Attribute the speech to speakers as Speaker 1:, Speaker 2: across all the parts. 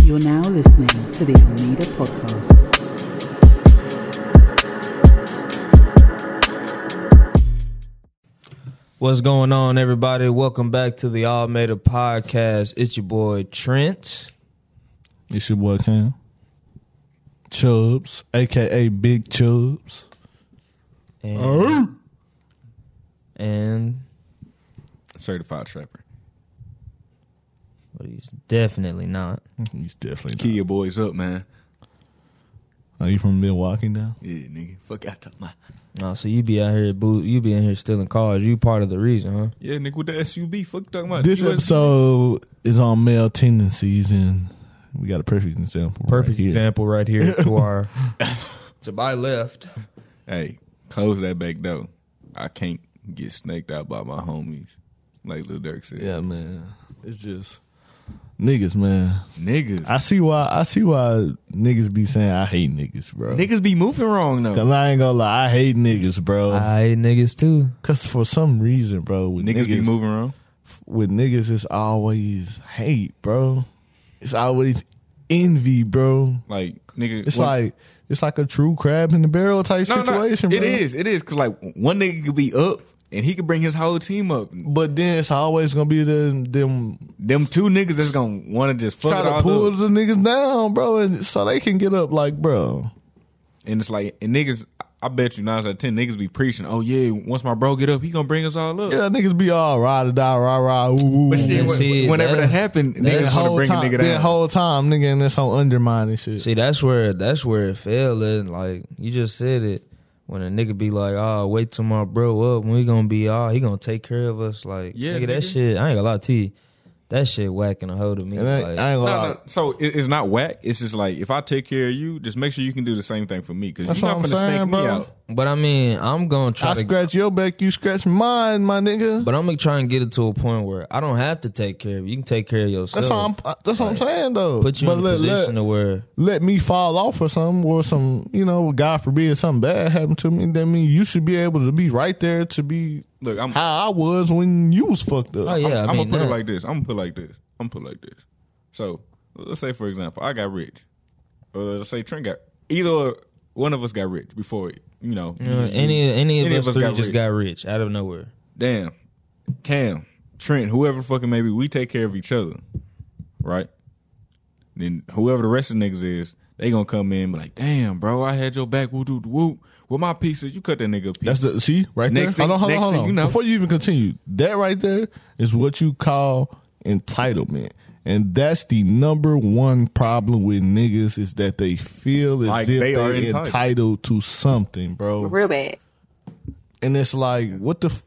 Speaker 1: You're now listening to the Oneida Podcast.
Speaker 2: What's going on, everybody? Welcome back to the All Made Up podcast. It's your boy Trent.
Speaker 3: It's your boy Cam. Chubbs, aka Big Chubbs.
Speaker 2: And, and
Speaker 4: Certified trapper.
Speaker 2: but he's definitely not.
Speaker 3: He's definitely.
Speaker 4: Key your boys up, man.
Speaker 3: Are you from Milwaukee now?
Speaker 4: Yeah, nigga. Fuck out the mind.
Speaker 2: No, so you be out here, boo, you be in here stealing cars. You part of the reason, huh?
Speaker 4: Yeah, nigga with the SUB. Fuck you talking about.
Speaker 3: This
Speaker 4: USB.
Speaker 3: episode is on male tendencies, and we got a perfect example. right here.
Speaker 2: example right here to our to my left.
Speaker 4: Hey, close that back door. I can't get snaked out by my homies. Like Lil Durk said.
Speaker 3: Yeah, man. It's just niggas, man.
Speaker 4: Niggas.
Speaker 3: I see why. I see why niggas be saying I hate niggas, bro.
Speaker 4: niggas be moving wrong, though.
Speaker 3: Cause I ain't gonna lie, I hate niggas, bro.
Speaker 2: I hate niggas too.
Speaker 3: Cause for some reason, bro, with
Speaker 4: Niggas,
Speaker 3: niggas,
Speaker 4: be moving wrong.
Speaker 3: with niggas, it's always hate, bro. It's always envy, bro.
Speaker 4: Like, nigga.
Speaker 3: It's
Speaker 4: one-
Speaker 3: like it's like a true crab in the barrel type
Speaker 4: No, no,
Speaker 3: situation.
Speaker 4: It
Speaker 3: bro.
Speaker 4: is. It is. Because, like, one nigga could be up and he could bring his whole team up.
Speaker 3: But then it's always gonna be them them
Speaker 4: Them two niggas that's going to want to just fuck
Speaker 3: try
Speaker 4: it all
Speaker 3: to pull
Speaker 4: up.
Speaker 3: the niggas down, bro, and so they can get up. Like, bro,
Speaker 4: And it's like, and niggas, I bet you nine out of ten niggas be preaching, oh, yeah, once my bro get up, he going to bring us all up.
Speaker 3: yeah, niggas be all ride or die, rah rah, ooh.
Speaker 4: But shit,
Speaker 2: That
Speaker 4: when-
Speaker 2: shit,
Speaker 4: whenever
Speaker 2: that-
Speaker 4: that, happened,
Speaker 2: that
Speaker 4: niggas want to
Speaker 3: whole
Speaker 4: bring
Speaker 3: time,
Speaker 4: a nigga
Speaker 3: that
Speaker 4: down.
Speaker 3: whole time, nigga, and this whole undermining shit.
Speaker 2: See, that's where that's where it fell. And like you just said it, when a nigga be like, "Oh, wait till my bro up. We gonna be all. He gonna take care of us." Like,
Speaker 4: Yeah,
Speaker 2: nigga, that
Speaker 4: nigga.
Speaker 2: shit. I ain't gonna lie to you. That shit whacking a hold of me.
Speaker 3: and I,
Speaker 2: like,
Speaker 3: I ain't gonna
Speaker 4: no,
Speaker 3: lie.
Speaker 4: no, so it, it's not whack. It's just like if I take care of you, just make sure you can do the same thing for me because
Speaker 3: That's
Speaker 4: you're not
Speaker 3: what
Speaker 4: gonna
Speaker 3: I'm saying,
Speaker 4: snake
Speaker 3: bro.
Speaker 4: me out.
Speaker 2: but I mean, I'm gonna try
Speaker 3: I
Speaker 2: to.
Speaker 3: scratch your back, you scratch mine, my nigga.
Speaker 2: but I'm gonna try and get it to a point where I don't have to take care of you. You can take care of yourself.
Speaker 3: That's what I'm. That's what I'm saying though.
Speaker 2: Put you
Speaker 3: but
Speaker 2: in a
Speaker 3: let,
Speaker 2: position
Speaker 3: let,
Speaker 2: to where
Speaker 3: let me fall off or something, or some, you know, God forbid, something bad happened to me. That mean you should be able to be right there to be
Speaker 4: Look, I'm,
Speaker 3: how I was when you was fucked up.
Speaker 2: Oh, yeah. I
Speaker 4: I'm,
Speaker 2: mean,
Speaker 4: gonna put
Speaker 2: nah.
Speaker 4: it like this. I'm gonna put it like this. I'm gonna put it like this. So let's say, for example, I got rich, or let's say Trent got either one of us got rich before you know.
Speaker 2: you know, any any of
Speaker 4: Any
Speaker 2: us, three just got rich out of nowhere.
Speaker 4: damn, Cam, Trent, whoever fucking maybe we take care of each other, right? Then whoever the rest of the niggas is, they gonna come in and be like, damn, bro, I had your back, woo doo woo. With my pieces, you cut that nigga a piece.
Speaker 3: That's the see right
Speaker 4: Next
Speaker 3: there.
Speaker 4: thing-
Speaker 3: hold on,
Speaker 4: next
Speaker 3: hold on, hold
Speaker 4: thing
Speaker 3: on.
Speaker 4: you know.
Speaker 3: Before you even continue, that right there is what you call entitlement, and that's the number one problem with niggas is that they feel as
Speaker 4: Like
Speaker 3: if
Speaker 4: they
Speaker 3: they
Speaker 4: are
Speaker 3: are
Speaker 4: entitled.
Speaker 3: entitled to something, bro.
Speaker 5: real bad.
Speaker 3: and it's like what the f-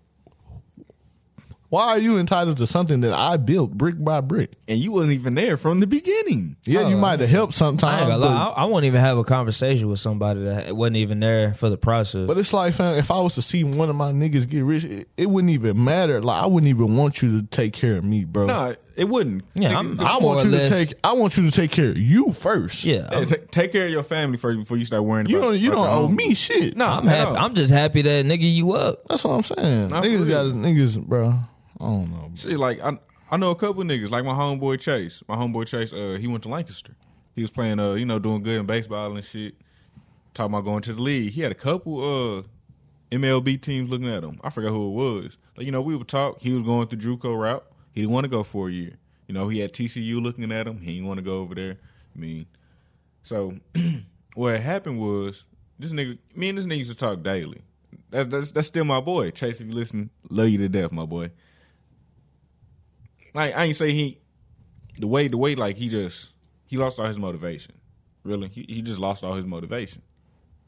Speaker 3: why are you entitled to something that i built brick by brick
Speaker 4: and you wasn't even there from the beginning.
Speaker 3: yeah you might have helped
Speaker 2: Oh, I ain't
Speaker 3: sometimes
Speaker 2: gonna
Speaker 3: but,
Speaker 2: lie. I, I won't even have a conversation with somebody that wasn't even there for the process.
Speaker 3: but it's like fam, if i was to see one of my niggas get rich it, it wouldn't even matter like i wouldn't even want you to take care of me bro
Speaker 4: Nah, it wouldn't.
Speaker 2: yeah, I'm,
Speaker 3: i
Speaker 2: I'm more or
Speaker 3: want you
Speaker 2: less-
Speaker 3: to take i want you to take care of you first
Speaker 2: Yeah,
Speaker 4: Hey,
Speaker 2: I'm-
Speaker 4: ta- take care of your family first before you start worrying
Speaker 3: you
Speaker 4: about.
Speaker 3: don't you
Speaker 4: about
Speaker 3: don't
Speaker 4: your
Speaker 3: owe
Speaker 4: home.
Speaker 3: me shit
Speaker 4: No,
Speaker 2: I'm happy.
Speaker 4: no.
Speaker 2: I'm just happy that nigga you up.
Speaker 3: that's what i'm saying
Speaker 4: Nah, for
Speaker 3: niggas got
Speaker 4: real.
Speaker 3: niggas bro i don't know bro.
Speaker 4: Shit, like I, I know a couple niggas, like my homeboy Chase. My homeboy Chase, uh, he went to Lancaster. He was playing, uh, you know, doing good in baseball and shit. Talking about going to the league. He had a couple uh MLB teams looking at him. I forgot who it was. Like, you know, we would talk. He was going through JUCO route. He didn't want to go for a year. You know, he had TCU looking at him. He didn't want to go over there. I mean, so what happened was this nigga, me and this nigga used to talk daily. That's that's that's still my boy Chase. If you listen, love you to death, my boy. Like I ain't say he, the way the way like he just he lost all his motivation. Really, he he just lost all his motivation.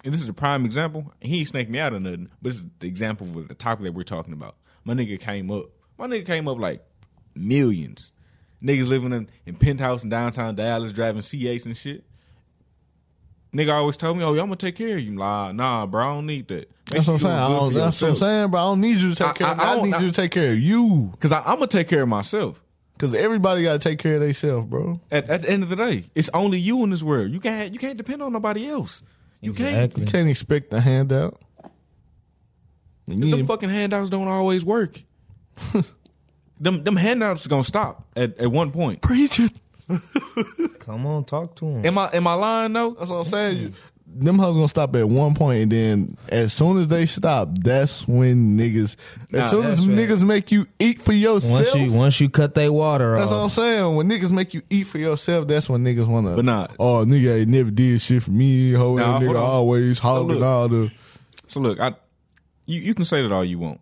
Speaker 4: And this is a prime example. He ain't snaked me out of nothing, but this is the example with the topic that we're talking about. My nigga came up. My nigga came up like millions. Niggas living in, in penthouse in downtown Dallas, driving C8s and shit. Nigga always told me, "Oh, yeah, I'm gonna take care of you." Nah, nah, bro, I don't need that.
Speaker 3: that's what I'm saying. I don't, that's what I'm saying, bro. I don't need you to take
Speaker 4: I-
Speaker 3: care of me.
Speaker 4: I- I
Speaker 3: I
Speaker 4: don't-
Speaker 3: need
Speaker 4: I-
Speaker 3: you to take care of you.
Speaker 4: Because I'm gonna take care of myself.
Speaker 3: Cause everybody gotta take care of themselves, bro.
Speaker 4: At, at the end of the day, it's only you in this world. You can't you can't depend on nobody else. You
Speaker 2: Exactly.
Speaker 3: You can't expect a handout.
Speaker 4: can't.
Speaker 3: You
Speaker 4: Them
Speaker 3: ain't-
Speaker 4: fucking handouts don't always work. them them handouts gonna stop at, at one point.
Speaker 3: preach it.
Speaker 2: Come on, talk to him.
Speaker 4: Am I am I lying though?
Speaker 3: That's what I'm saying. You, them hoes gonna stop at one point, and then as soon as they stop, that's when niggas. As
Speaker 4: Nah,
Speaker 3: soon as
Speaker 2: that's right.
Speaker 3: niggas make you eat for yourself,
Speaker 2: Once you once you cut they water
Speaker 3: that's what I'm
Speaker 2: off,
Speaker 3: saying. When niggas make you eat for yourself, that's when niggas wanna.
Speaker 4: But nah.
Speaker 3: oh nigga ain't never did shit for me. Ho, that
Speaker 4: Nah, hold
Speaker 3: nigga
Speaker 4: on.
Speaker 3: always hogging
Speaker 4: look.
Speaker 3: all the.
Speaker 4: So look, I you, you can say that all you want.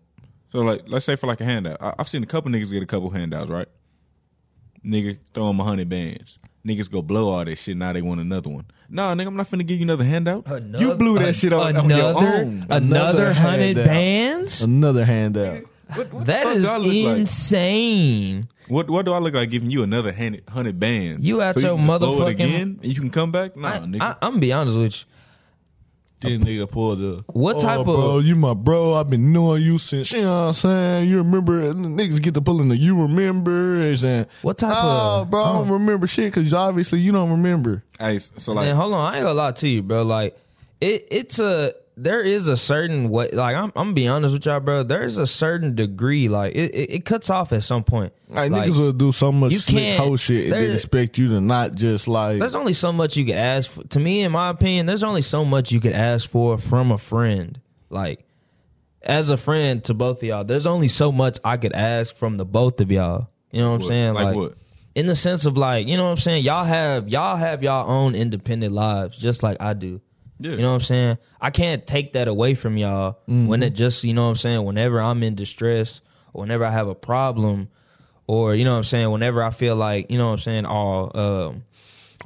Speaker 4: So like let's say for like a handout. I, I've seen a couple niggas get a couple handouts, right? Nigga throw them a hundred bands. Niggas go blow all that shit. Now they want another one. Nah, nigga, I'm not finna give you another handout. you blew that
Speaker 2: an-
Speaker 4: shit on, on your
Speaker 2: another
Speaker 4: own.
Speaker 2: another
Speaker 3: Another
Speaker 2: hundred
Speaker 3: handout.
Speaker 2: bands.
Speaker 3: Another handout.
Speaker 4: What, what the
Speaker 2: That
Speaker 4: fuck
Speaker 2: is
Speaker 4: do I look like?
Speaker 2: insane.
Speaker 4: What what do I look like giving you another hundred hundred bands?
Speaker 2: You out your
Speaker 4: can blow
Speaker 2: motherfucking-
Speaker 4: it again? And you can come back? Nah,
Speaker 2: I,
Speaker 4: nigga.
Speaker 2: I, I'm gonna be honest with you.
Speaker 3: Then nigga pulled the
Speaker 2: What
Speaker 3: "Oh,
Speaker 2: type of-
Speaker 3: bro, you my bro, I've been knowing you since you know what I'm saying. You remember and the niggas get to pulling the you remember and saying,
Speaker 2: What type
Speaker 3: oh,
Speaker 2: of-
Speaker 3: bro, I don't
Speaker 2: huh.
Speaker 3: remember shit because obviously you don't remember.
Speaker 4: Hey, so like
Speaker 2: And hold on, I ain't gonna lie to you, bro. Like it, it's a there is a certain way. Like I'm, I'm gonna be honest with y'all, bro. There's a certain degree. Like it, it, it cuts off at some point.
Speaker 3: Like,
Speaker 2: Like,
Speaker 3: niggas will do so much
Speaker 2: you
Speaker 3: slick
Speaker 2: can't-
Speaker 3: hoe shit and then
Speaker 2: there-
Speaker 3: expect you to not just like
Speaker 2: there's only so much you can ask for. to me in my opinion there's only so much you could ask for from a friend like as a friend to both of y'all there's only so much i could ask from the both of y'all you know what,
Speaker 4: What?
Speaker 2: i'm saying
Speaker 4: Like what?
Speaker 2: in the sense of like you know what i'm saying y'all have y'all have y'all own independent lives just like i do
Speaker 4: Yeah.
Speaker 2: you know what i'm saying i can't take that away from y'all
Speaker 3: Mm-hmm.
Speaker 2: when it just you know what i'm saying whenever i'm in distress or whenever i have a problem or you know what i'm saying whenever i feel like you know what i'm saying oh um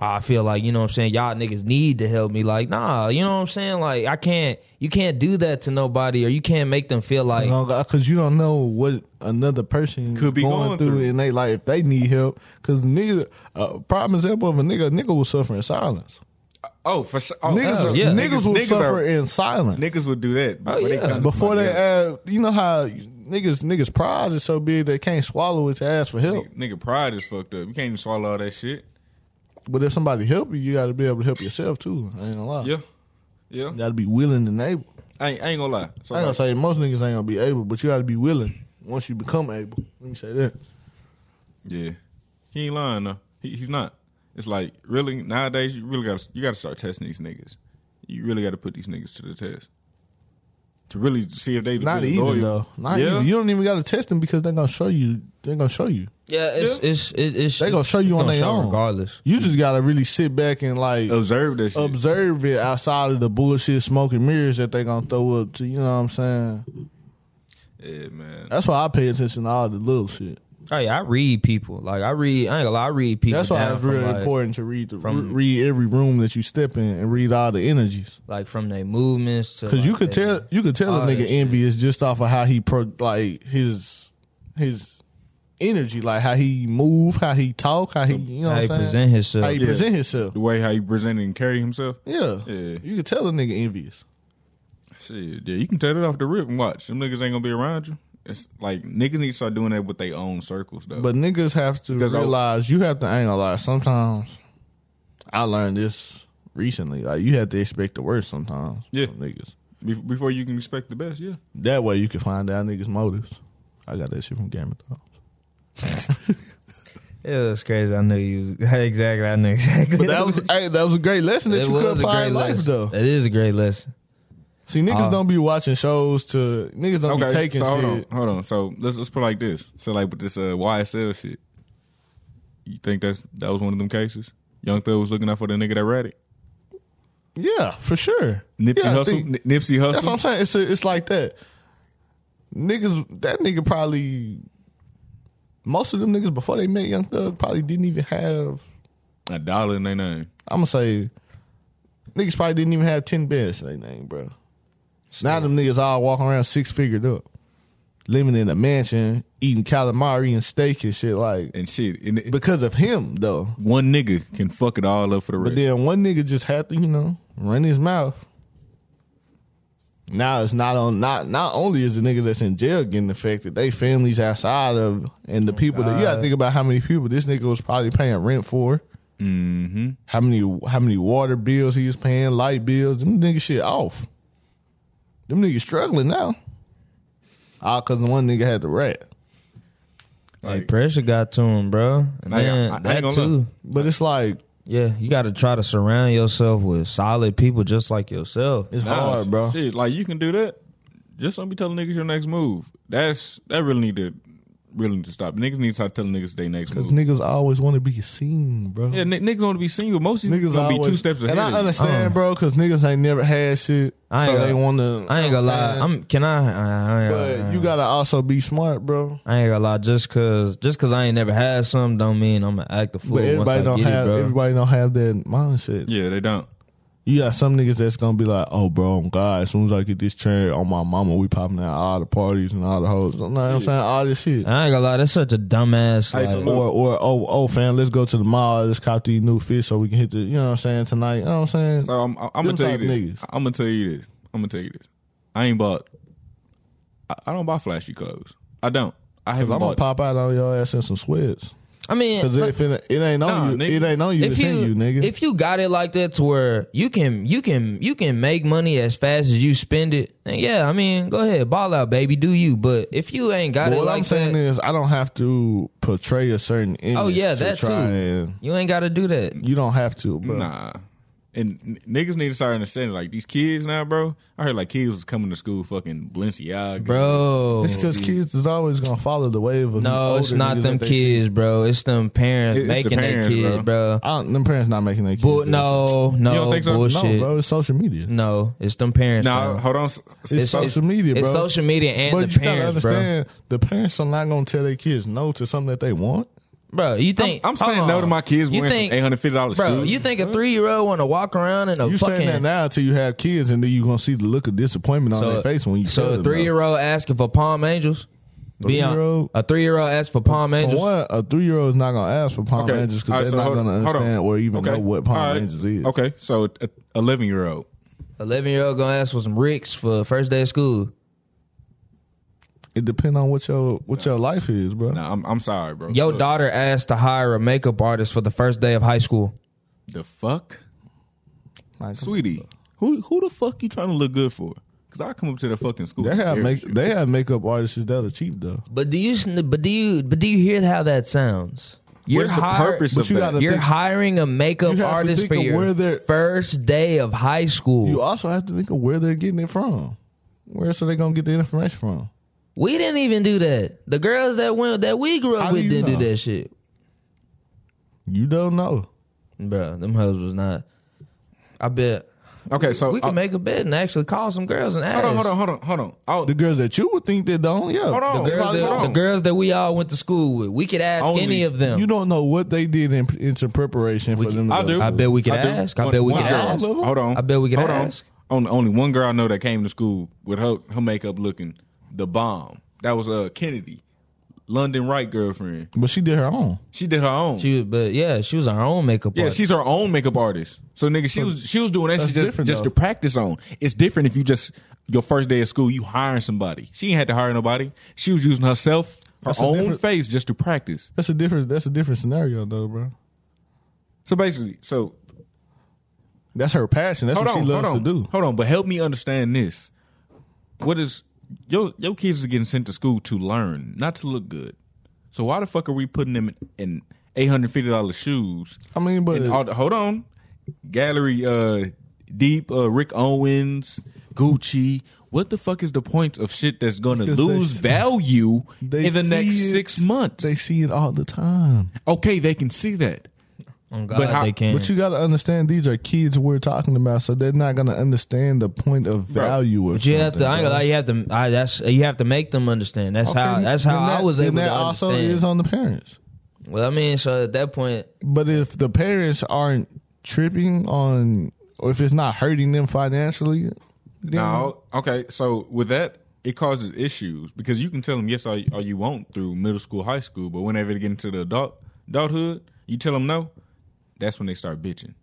Speaker 2: I feel like, you know what I'm saying, y'all niggas need to help me. Like, nah, you know what I'm saying? Like, I can't, you can't do that to nobody or you can't make them feel like,
Speaker 3: because you don't know what another person
Speaker 4: Could be
Speaker 3: going,
Speaker 4: going
Speaker 3: through,
Speaker 4: through.
Speaker 3: and they like if they need help because nigga, uh, prime example of a nigga, a nigga will suffer in silence.
Speaker 4: oh for sure. Oh,
Speaker 3: Niggas,
Speaker 4: hell
Speaker 3: are-
Speaker 2: yeah.
Speaker 3: niggas, will
Speaker 4: niggas
Speaker 3: suffer
Speaker 4: are-
Speaker 3: in silence.
Speaker 4: Niggas would do that before they
Speaker 2: Oh, yeah.
Speaker 4: come to
Speaker 3: Before
Speaker 4: somebody
Speaker 3: they
Speaker 4: else.
Speaker 3: ask, you know how niggas niggas pride is so big they can't swallow it to ask for help.
Speaker 4: nigga pride is fucked up. You can't even swallow all that shit.
Speaker 3: But if somebody help you, you got to be able to help yourself too. I ain't gonna lie.
Speaker 4: Yeah, yeah.
Speaker 3: You got to be willing and able.
Speaker 4: I ain't, I ain't gonna lie. So
Speaker 3: I ain't gonna
Speaker 4: like,
Speaker 3: say most niggas ain't gonna be able, but you got to be willing once you become able. Let me say that.
Speaker 4: yeah, he ain't lying though. He, he's not. It's like really nowadays you really gotta you gotta start testing these niggas. You really gotta put these niggas to the test to really see if they
Speaker 3: Not
Speaker 4: really
Speaker 3: even
Speaker 4: loyal.
Speaker 3: though. Not
Speaker 4: yeah.
Speaker 3: even. You don't even got to test them because they're gonna show you. They're gonna show you.
Speaker 2: yeah, it's, it's, it's, it's
Speaker 3: They gonna show
Speaker 2: it's
Speaker 3: you on
Speaker 2: gonna
Speaker 3: their
Speaker 2: show
Speaker 3: own.
Speaker 2: Regardless.
Speaker 3: You just gotta really sit back and like
Speaker 4: observe that Oh, shit.
Speaker 3: observe it outside of the bullshit smoke and mirrors that they gonna throw up to. You know what I'm saying?
Speaker 4: yeah, man.
Speaker 3: That's why I pay attention to all the little shit.
Speaker 2: Hey, Oh, I read people. Like, I read, I ain't gonna lie, I read people.
Speaker 3: That's why
Speaker 2: down
Speaker 3: it's
Speaker 2: from,
Speaker 3: really
Speaker 2: like,
Speaker 3: important to read the,
Speaker 2: from-
Speaker 3: read every room that you step in and read all the energies
Speaker 2: Like, from their movements to.
Speaker 3: because you
Speaker 2: like,
Speaker 3: could
Speaker 2: their-
Speaker 3: tell you could tell
Speaker 2: all
Speaker 3: a
Speaker 2: that
Speaker 3: nigga
Speaker 2: shit.
Speaker 3: envious just off of how he pro, like his his energy, like how he move, how he talk, how he you know
Speaker 2: How he
Speaker 3: what I'm saying?
Speaker 2: present himself.
Speaker 3: how he
Speaker 4: Yeah.
Speaker 3: present himself.
Speaker 4: The way how he presented and carry himself.
Speaker 3: Yeah.
Speaker 4: Yeah.
Speaker 3: you could tell a nigga envious.
Speaker 4: Shit, yeah, you can tell it off the rip and watch. Them niggas ain't gonna be around you. It's like niggas need to start doing that with their own circles though.
Speaker 3: But niggas have to
Speaker 4: Because I-
Speaker 3: realize you have to I ain't gonna lie. Sometimes I learned this recently. Like you have to expect the worst sometimes.
Speaker 4: Yeah.
Speaker 3: from niggas.
Speaker 4: Bef- before you can expect the best, yeah.
Speaker 3: That way you can find out niggas' motives. I got that shit from Game of Thrones.
Speaker 2: Yeah, that's crazy. I knew you was. Exactly. I knew exactly.
Speaker 3: But that was hey, that was a great lesson that
Speaker 2: It
Speaker 3: you
Speaker 2: was
Speaker 3: could
Speaker 2: a
Speaker 3: apply
Speaker 2: great
Speaker 3: in life
Speaker 2: lesson.
Speaker 3: though.
Speaker 2: That is a great lesson.
Speaker 3: See, niggas
Speaker 2: Uh,
Speaker 3: don't be watching shows to niggas don't be
Speaker 4: Uh-huh. Okay,
Speaker 3: taking
Speaker 4: so hold
Speaker 3: shit.
Speaker 4: on, hold on. So let's let's put it like this. So like with this uh, YSL shit, you think that's that was one of them cases? Young Thug was looking out for the nigga that rat it.
Speaker 3: Yeah, for sure.
Speaker 4: Nipsey
Speaker 3: yeah, I
Speaker 4: Hustle,
Speaker 3: think-
Speaker 4: N- Nipsey
Speaker 3: that's what I'm
Speaker 4: Hustle.
Speaker 3: saying. It's it's like that. Niggas, that nigga probably most of them niggas before they met Young Thug probably didn't even have.
Speaker 4: A dollar in their name.
Speaker 3: I'm gonna say niggas probably didn't even have ten bands in their name, bro. Now them niggas all walking around six figured up, living in a mansion, eating calamari and steak and shit like
Speaker 4: And shit, and it-
Speaker 3: because of him though.
Speaker 4: one nigga can fuck it all up for the
Speaker 3: But
Speaker 4: rest.
Speaker 3: then one nigga just had to, you know, run his mouth. Now it's not on not not only is the niggas that's in jail getting affected, they families outside of and the people that you gotta think about how many people this nigga was probably paying rent for,
Speaker 4: mm-hmm.
Speaker 3: how many how many water bills he was paying, light bills, them niggas shit off. Them niggas struggling now. All cause the one nigga had the rat.
Speaker 2: Like,
Speaker 4: Like-
Speaker 2: pressure got to him, bro. And
Speaker 4: I ain't-
Speaker 2: then
Speaker 4: I ain't
Speaker 2: that
Speaker 4: gonna
Speaker 2: too.
Speaker 4: lie.
Speaker 3: But it's like
Speaker 2: Yeah, you got to try to surround yourself with solid people just like yourself.
Speaker 3: it's
Speaker 4: Nah,
Speaker 3: hard, bro.
Speaker 4: Shit, like you can do that. Just don't be telling niggas your next move. That's that really need to really need to stop. Niggas need to stop telling niggas they next move.
Speaker 3: Because niggas always want to be seen, bro.
Speaker 4: yeah, n- niggas want to be seen, but most of these
Speaker 3: Niggas
Speaker 4: niggas gonna
Speaker 3: always,
Speaker 4: be two steps ahead.
Speaker 3: and I
Speaker 4: of you.
Speaker 3: understand, bro, because niggas ain't never had shit,
Speaker 2: Uh-huh. I ain't
Speaker 3: so they
Speaker 2: gonna-
Speaker 3: want to.
Speaker 2: I ain't gonna lie. I'm can I? I, I, ain't gonna-
Speaker 3: But you gotta also be smart, bro.
Speaker 2: I ain't gonna lie. Just cause, just cause I ain't never had some, don't mean I'm gonna act a fool
Speaker 3: But
Speaker 2: once I
Speaker 3: everybody don't
Speaker 2: get
Speaker 3: have
Speaker 2: it, bro.
Speaker 3: everybody don't have that mindset.
Speaker 4: Yeah, they don't.
Speaker 3: You got some niggas that's gonna be like, "Oh, bro, I'm God. As soon as I get this chair on my mama, we popping out all the parties and all the hoes." You know what I'm saying all this shit.
Speaker 2: I ain't gonna lie. That's such a dumbass.
Speaker 4: Hey, so
Speaker 2: like-
Speaker 4: look-
Speaker 3: Or or oh oh fam, let's go to the mall. Let's cop these new fish so we can hit the. You know what I'm saying tonight. You know what I'm
Speaker 4: So
Speaker 3: saying.
Speaker 4: I'm, I'm,
Speaker 3: Them
Speaker 4: gonna tell you
Speaker 3: type
Speaker 4: this.
Speaker 3: niggas.
Speaker 4: I'm gonna tell you this. I'm gonna tell you this. I ain't bought. I, I don't buy flashy clothes. I don't. I
Speaker 3: Cause
Speaker 4: haven't
Speaker 3: I'm gonna
Speaker 4: bought.
Speaker 3: pop out on your ass in some sweats.
Speaker 2: I mean,
Speaker 3: Cause
Speaker 2: look,
Speaker 3: if it, it ain't on
Speaker 4: Nah,
Speaker 3: you, it
Speaker 4: nigga.
Speaker 3: ain't on you. It's in you, nigga.
Speaker 2: if you got it like that to where you can you can you can make money as fast as you spend it, then yeah, I mean, go ahead, ball out, baby, do you? But if you ain't got
Speaker 3: But
Speaker 2: it
Speaker 3: what
Speaker 2: like
Speaker 3: I'm saying
Speaker 2: that,
Speaker 3: is, I don't have to portray a certain image.
Speaker 2: oh yeah,
Speaker 3: to
Speaker 2: that too.
Speaker 3: try and-
Speaker 2: You ain't got to do that.
Speaker 3: you don't have to, bro.
Speaker 4: Nah. And n- niggas need to start understanding, like these kids now, bro. I heard like kids was coming to school fucking Balenciaga,
Speaker 2: Bro,
Speaker 3: It's because kids is always gonna follow the wave of
Speaker 2: No,
Speaker 3: older
Speaker 2: it's not
Speaker 3: niggas
Speaker 2: them
Speaker 3: that they see.
Speaker 2: kids, bro. It's them parents
Speaker 4: It's the
Speaker 2: making their
Speaker 4: parents,
Speaker 2: kid, bro.
Speaker 3: I don't, them parents not making their kids.
Speaker 2: Bu-
Speaker 3: do that
Speaker 2: no, no,
Speaker 4: don't think so? No,
Speaker 3: shit.
Speaker 2: bullshit.
Speaker 3: no,
Speaker 2: No,
Speaker 3: bro. It's social media.
Speaker 2: it's them parents.
Speaker 4: Nah,
Speaker 2: bro.
Speaker 4: hold on. S- s-
Speaker 3: It's,
Speaker 2: it's-
Speaker 3: social media, bro.
Speaker 2: it's social media and
Speaker 3: but
Speaker 2: the
Speaker 3: you gotta
Speaker 2: parents, bro.
Speaker 3: understand, the parents are not gonna tell their kids no to something that they want.
Speaker 2: Bro, you think
Speaker 4: I'm saying
Speaker 2: hold
Speaker 4: no
Speaker 2: on.
Speaker 4: to my kids
Speaker 2: You
Speaker 4: wearing some
Speaker 2: think-
Speaker 4: $850
Speaker 2: Bro,
Speaker 4: shoes?
Speaker 2: you think a three year old want to walk around in a
Speaker 3: You saying
Speaker 2: fucking
Speaker 3: that now until you have kids, and then you are gonna see the look of disappointment on their face when you tell
Speaker 2: so
Speaker 3: them
Speaker 2: a
Speaker 3: no.
Speaker 2: three year old asking for Palm Angels? Be on-
Speaker 3: Three-year-old?
Speaker 2: a three year old asks for Palm
Speaker 3: For
Speaker 2: Angels.
Speaker 3: one, a three year old is not gonna ask for Palm
Speaker 4: Okay.
Speaker 3: Rangers
Speaker 4: All right,
Speaker 3: because
Speaker 4: so
Speaker 3: they're not
Speaker 4: hold-
Speaker 3: gonna
Speaker 4: hold on.
Speaker 3: understand or even
Speaker 4: Okay.
Speaker 3: know what
Speaker 4: All
Speaker 3: Palm
Speaker 4: right.
Speaker 3: Rangers is.
Speaker 4: Okay, so a 11 year old.
Speaker 2: Eleven year old gonna ask for some Ricks for first day of school.
Speaker 3: It depends on what your what your life is, bro.
Speaker 4: Nah, I'm, I'm sorry, bro.
Speaker 2: Your
Speaker 4: Look,
Speaker 2: daughter asked to hire a makeup artist for the first day of high school.
Speaker 4: The fuck?
Speaker 3: Like,
Speaker 4: Sweetie, who who the fuck you trying to look good for? Because I come up to the fucking school.
Speaker 3: They have
Speaker 4: There
Speaker 3: make
Speaker 4: she-
Speaker 3: they have makeup artists that are cheap though.
Speaker 2: But do you? But do you? But do you hear how that sounds? You're
Speaker 4: What's the purpose
Speaker 3: But
Speaker 4: of
Speaker 3: you
Speaker 4: that?
Speaker 3: gotta-
Speaker 2: You're
Speaker 3: think-
Speaker 2: hiring a makeup
Speaker 3: You have to
Speaker 2: artist
Speaker 3: think
Speaker 2: for
Speaker 3: of
Speaker 2: your
Speaker 3: where they're-
Speaker 2: first day of high school.
Speaker 3: You also have to think of where they're getting it from. Where else are they gonna get the information from?
Speaker 2: we didn't even do that. The girls that went that we grew up
Speaker 3: How do
Speaker 2: with
Speaker 3: you
Speaker 2: didn't
Speaker 3: know?
Speaker 2: do that shit,
Speaker 3: You don't know.
Speaker 2: bro. Them hoes was not. I bet
Speaker 4: okay,
Speaker 3: Oh,
Speaker 4: so
Speaker 2: we can
Speaker 4: uh,
Speaker 2: make a bet and actually call some girls and ask.
Speaker 4: hold on, hold on, hold on, hold on. Oh,
Speaker 3: The girls that you would think that don't, yeah.
Speaker 4: Hold on.
Speaker 3: They
Speaker 2: Girls
Speaker 3: probably
Speaker 2: that-
Speaker 4: hold
Speaker 2: the
Speaker 4: on.
Speaker 2: girls that we all went to school with, we could ask
Speaker 4: Only-
Speaker 2: any of
Speaker 3: don't.
Speaker 2: them.
Speaker 3: You don't know what they did in into preparation for them. To
Speaker 4: I
Speaker 3: go
Speaker 4: do.
Speaker 3: to
Speaker 2: I bet we could
Speaker 4: do.
Speaker 2: ask. I
Speaker 4: One-
Speaker 2: bet we
Speaker 4: one
Speaker 2: could
Speaker 4: girl.
Speaker 2: ask.
Speaker 4: Hold on.
Speaker 2: I bet we could
Speaker 4: Hold
Speaker 2: ask.
Speaker 4: On. On- Only one girl I know that came to school with her her makeup looking the bomb. That was uh Kennedy, London Wright girlfriend.
Speaker 3: but she did her own.
Speaker 4: She did her own.
Speaker 2: She, was- but yeah, she was our own makeup
Speaker 4: yeah,
Speaker 2: artist.
Speaker 4: she's her own makeup artist. So nigga, she was she was doing that
Speaker 3: That's
Speaker 4: shit just,
Speaker 3: different,
Speaker 4: just
Speaker 3: though.
Speaker 4: to practice on. It's different if you just your first day of school you hiring somebody. She ain't had to hire nobody. She was using herself, her
Speaker 3: That's a
Speaker 4: own
Speaker 3: different-
Speaker 4: face just to practice.
Speaker 3: That's a different. That's a different scenario though, bro.
Speaker 4: So basically, so
Speaker 3: That's her passion. That's what she loves
Speaker 4: hold on,
Speaker 3: to do.
Speaker 4: Hold on, but help me understand this. What is your your kids are getting sent to school to learn, not to look good. So why the fuck are we putting them in, in eight hundred fifty dollars shoes?
Speaker 3: I mean, but
Speaker 4: And all the- hold on, gallery uh, deep uh, Rick Owens, Gucci. What the fuck is the point of shit that's gonna
Speaker 3: Because they
Speaker 4: lose
Speaker 3: see-
Speaker 4: value
Speaker 3: they
Speaker 4: in the
Speaker 3: see
Speaker 4: next
Speaker 3: it.
Speaker 4: six months?
Speaker 3: they see it all the time.
Speaker 4: okay, they can see that.
Speaker 2: On Oh, God,
Speaker 4: But how-
Speaker 2: they can.
Speaker 3: But you got to understand, these are kids we're talking about, so they're not going to understand the point of value. of
Speaker 2: But you have to. I ain't gonna
Speaker 3: something, bro.
Speaker 2: lie. You have to. I, that's you have to make them understand. That's how.
Speaker 3: Okay,
Speaker 2: That's
Speaker 3: then
Speaker 2: how I
Speaker 3: that-
Speaker 2: was
Speaker 3: then
Speaker 2: able
Speaker 3: that
Speaker 2: to
Speaker 3: also
Speaker 2: understand.
Speaker 3: is on the parents.
Speaker 2: well, I mean, so at that point,
Speaker 3: But if the parents aren't tripping on, or if it's not hurting them financially, then
Speaker 4: No, okay. So with that, it causes issues because you can tell them yes all, all you want through middle school, high school, but whenever they get into the adult adulthood, you tell them no, that's when they start bitching.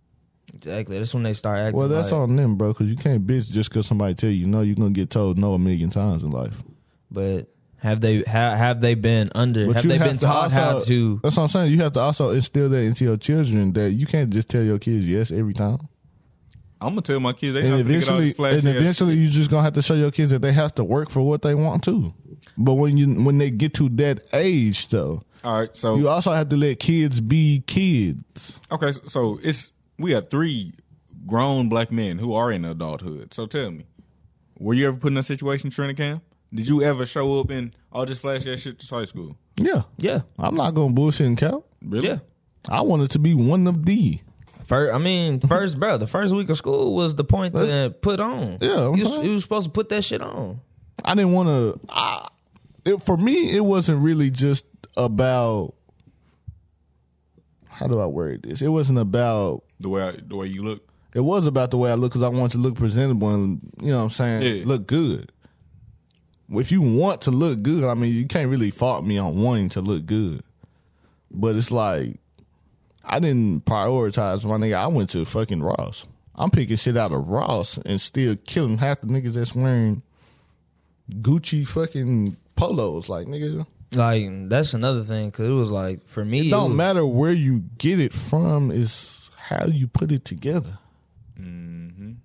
Speaker 2: exactly. That's when they start acting.
Speaker 3: well, that's
Speaker 2: like,
Speaker 3: on them, bro. Because you can't bitch just because somebody tell you no. You're gonna get told no a million times in life.
Speaker 2: But have they? Have, have they been under?
Speaker 3: But
Speaker 2: have
Speaker 3: you
Speaker 2: they
Speaker 3: have
Speaker 2: been
Speaker 3: to
Speaker 2: taught how
Speaker 3: also-
Speaker 2: to?
Speaker 3: That's what I'm saying. You have to also instill that into your children that you can't just tell your kids yes every time.
Speaker 4: I'm gonna tell my kids they
Speaker 3: and
Speaker 4: not gonna get all
Speaker 3: eventually,
Speaker 4: this flashy.
Speaker 3: and
Speaker 4: ass
Speaker 3: eventually,
Speaker 4: shit.
Speaker 3: you just gonna have to show your kids that they have to work for what they want to. But when you when they get to that age, though,
Speaker 4: all right. So
Speaker 3: you also have to let kids be kids.
Speaker 4: Okay, so- so it's we got three grown black men who are in adulthood. So tell me, were you ever put in a situation, Trinity Cam? Did you ever show up and all just flash that shit to high school?
Speaker 3: Yeah,
Speaker 2: Yeah,
Speaker 3: I'm not gonna bullshit and count.
Speaker 4: Really?
Speaker 2: yeah.
Speaker 3: I wanted to be one of the.
Speaker 2: First, I mean, first, bro, the first week of school was the point to put on.
Speaker 3: Yeah, I'm
Speaker 2: you,
Speaker 3: fine.
Speaker 2: was- you was supposed to put that shit on.
Speaker 3: I didn't want to. It, for me, it wasn't really just about. How do I word this? It wasn't about.
Speaker 4: The way I, the way you look.
Speaker 3: It was about the way I look because I wanted to look presentable and you know what I'm saying
Speaker 4: Yeah.
Speaker 3: look good. If you want to look good, I mean you can't really fault me on wanting to look good, but it's like I didn't prioritize my nigga. I went to fucking Ross. I'm picking shit out of Ross and still killing half the niggas that's wearing Gucci fucking polos. Like nigga,
Speaker 2: Like that's another thing because it was like for me,
Speaker 3: it
Speaker 2: it
Speaker 3: don't
Speaker 2: was-
Speaker 3: matter where you get it from. Is how you put it together.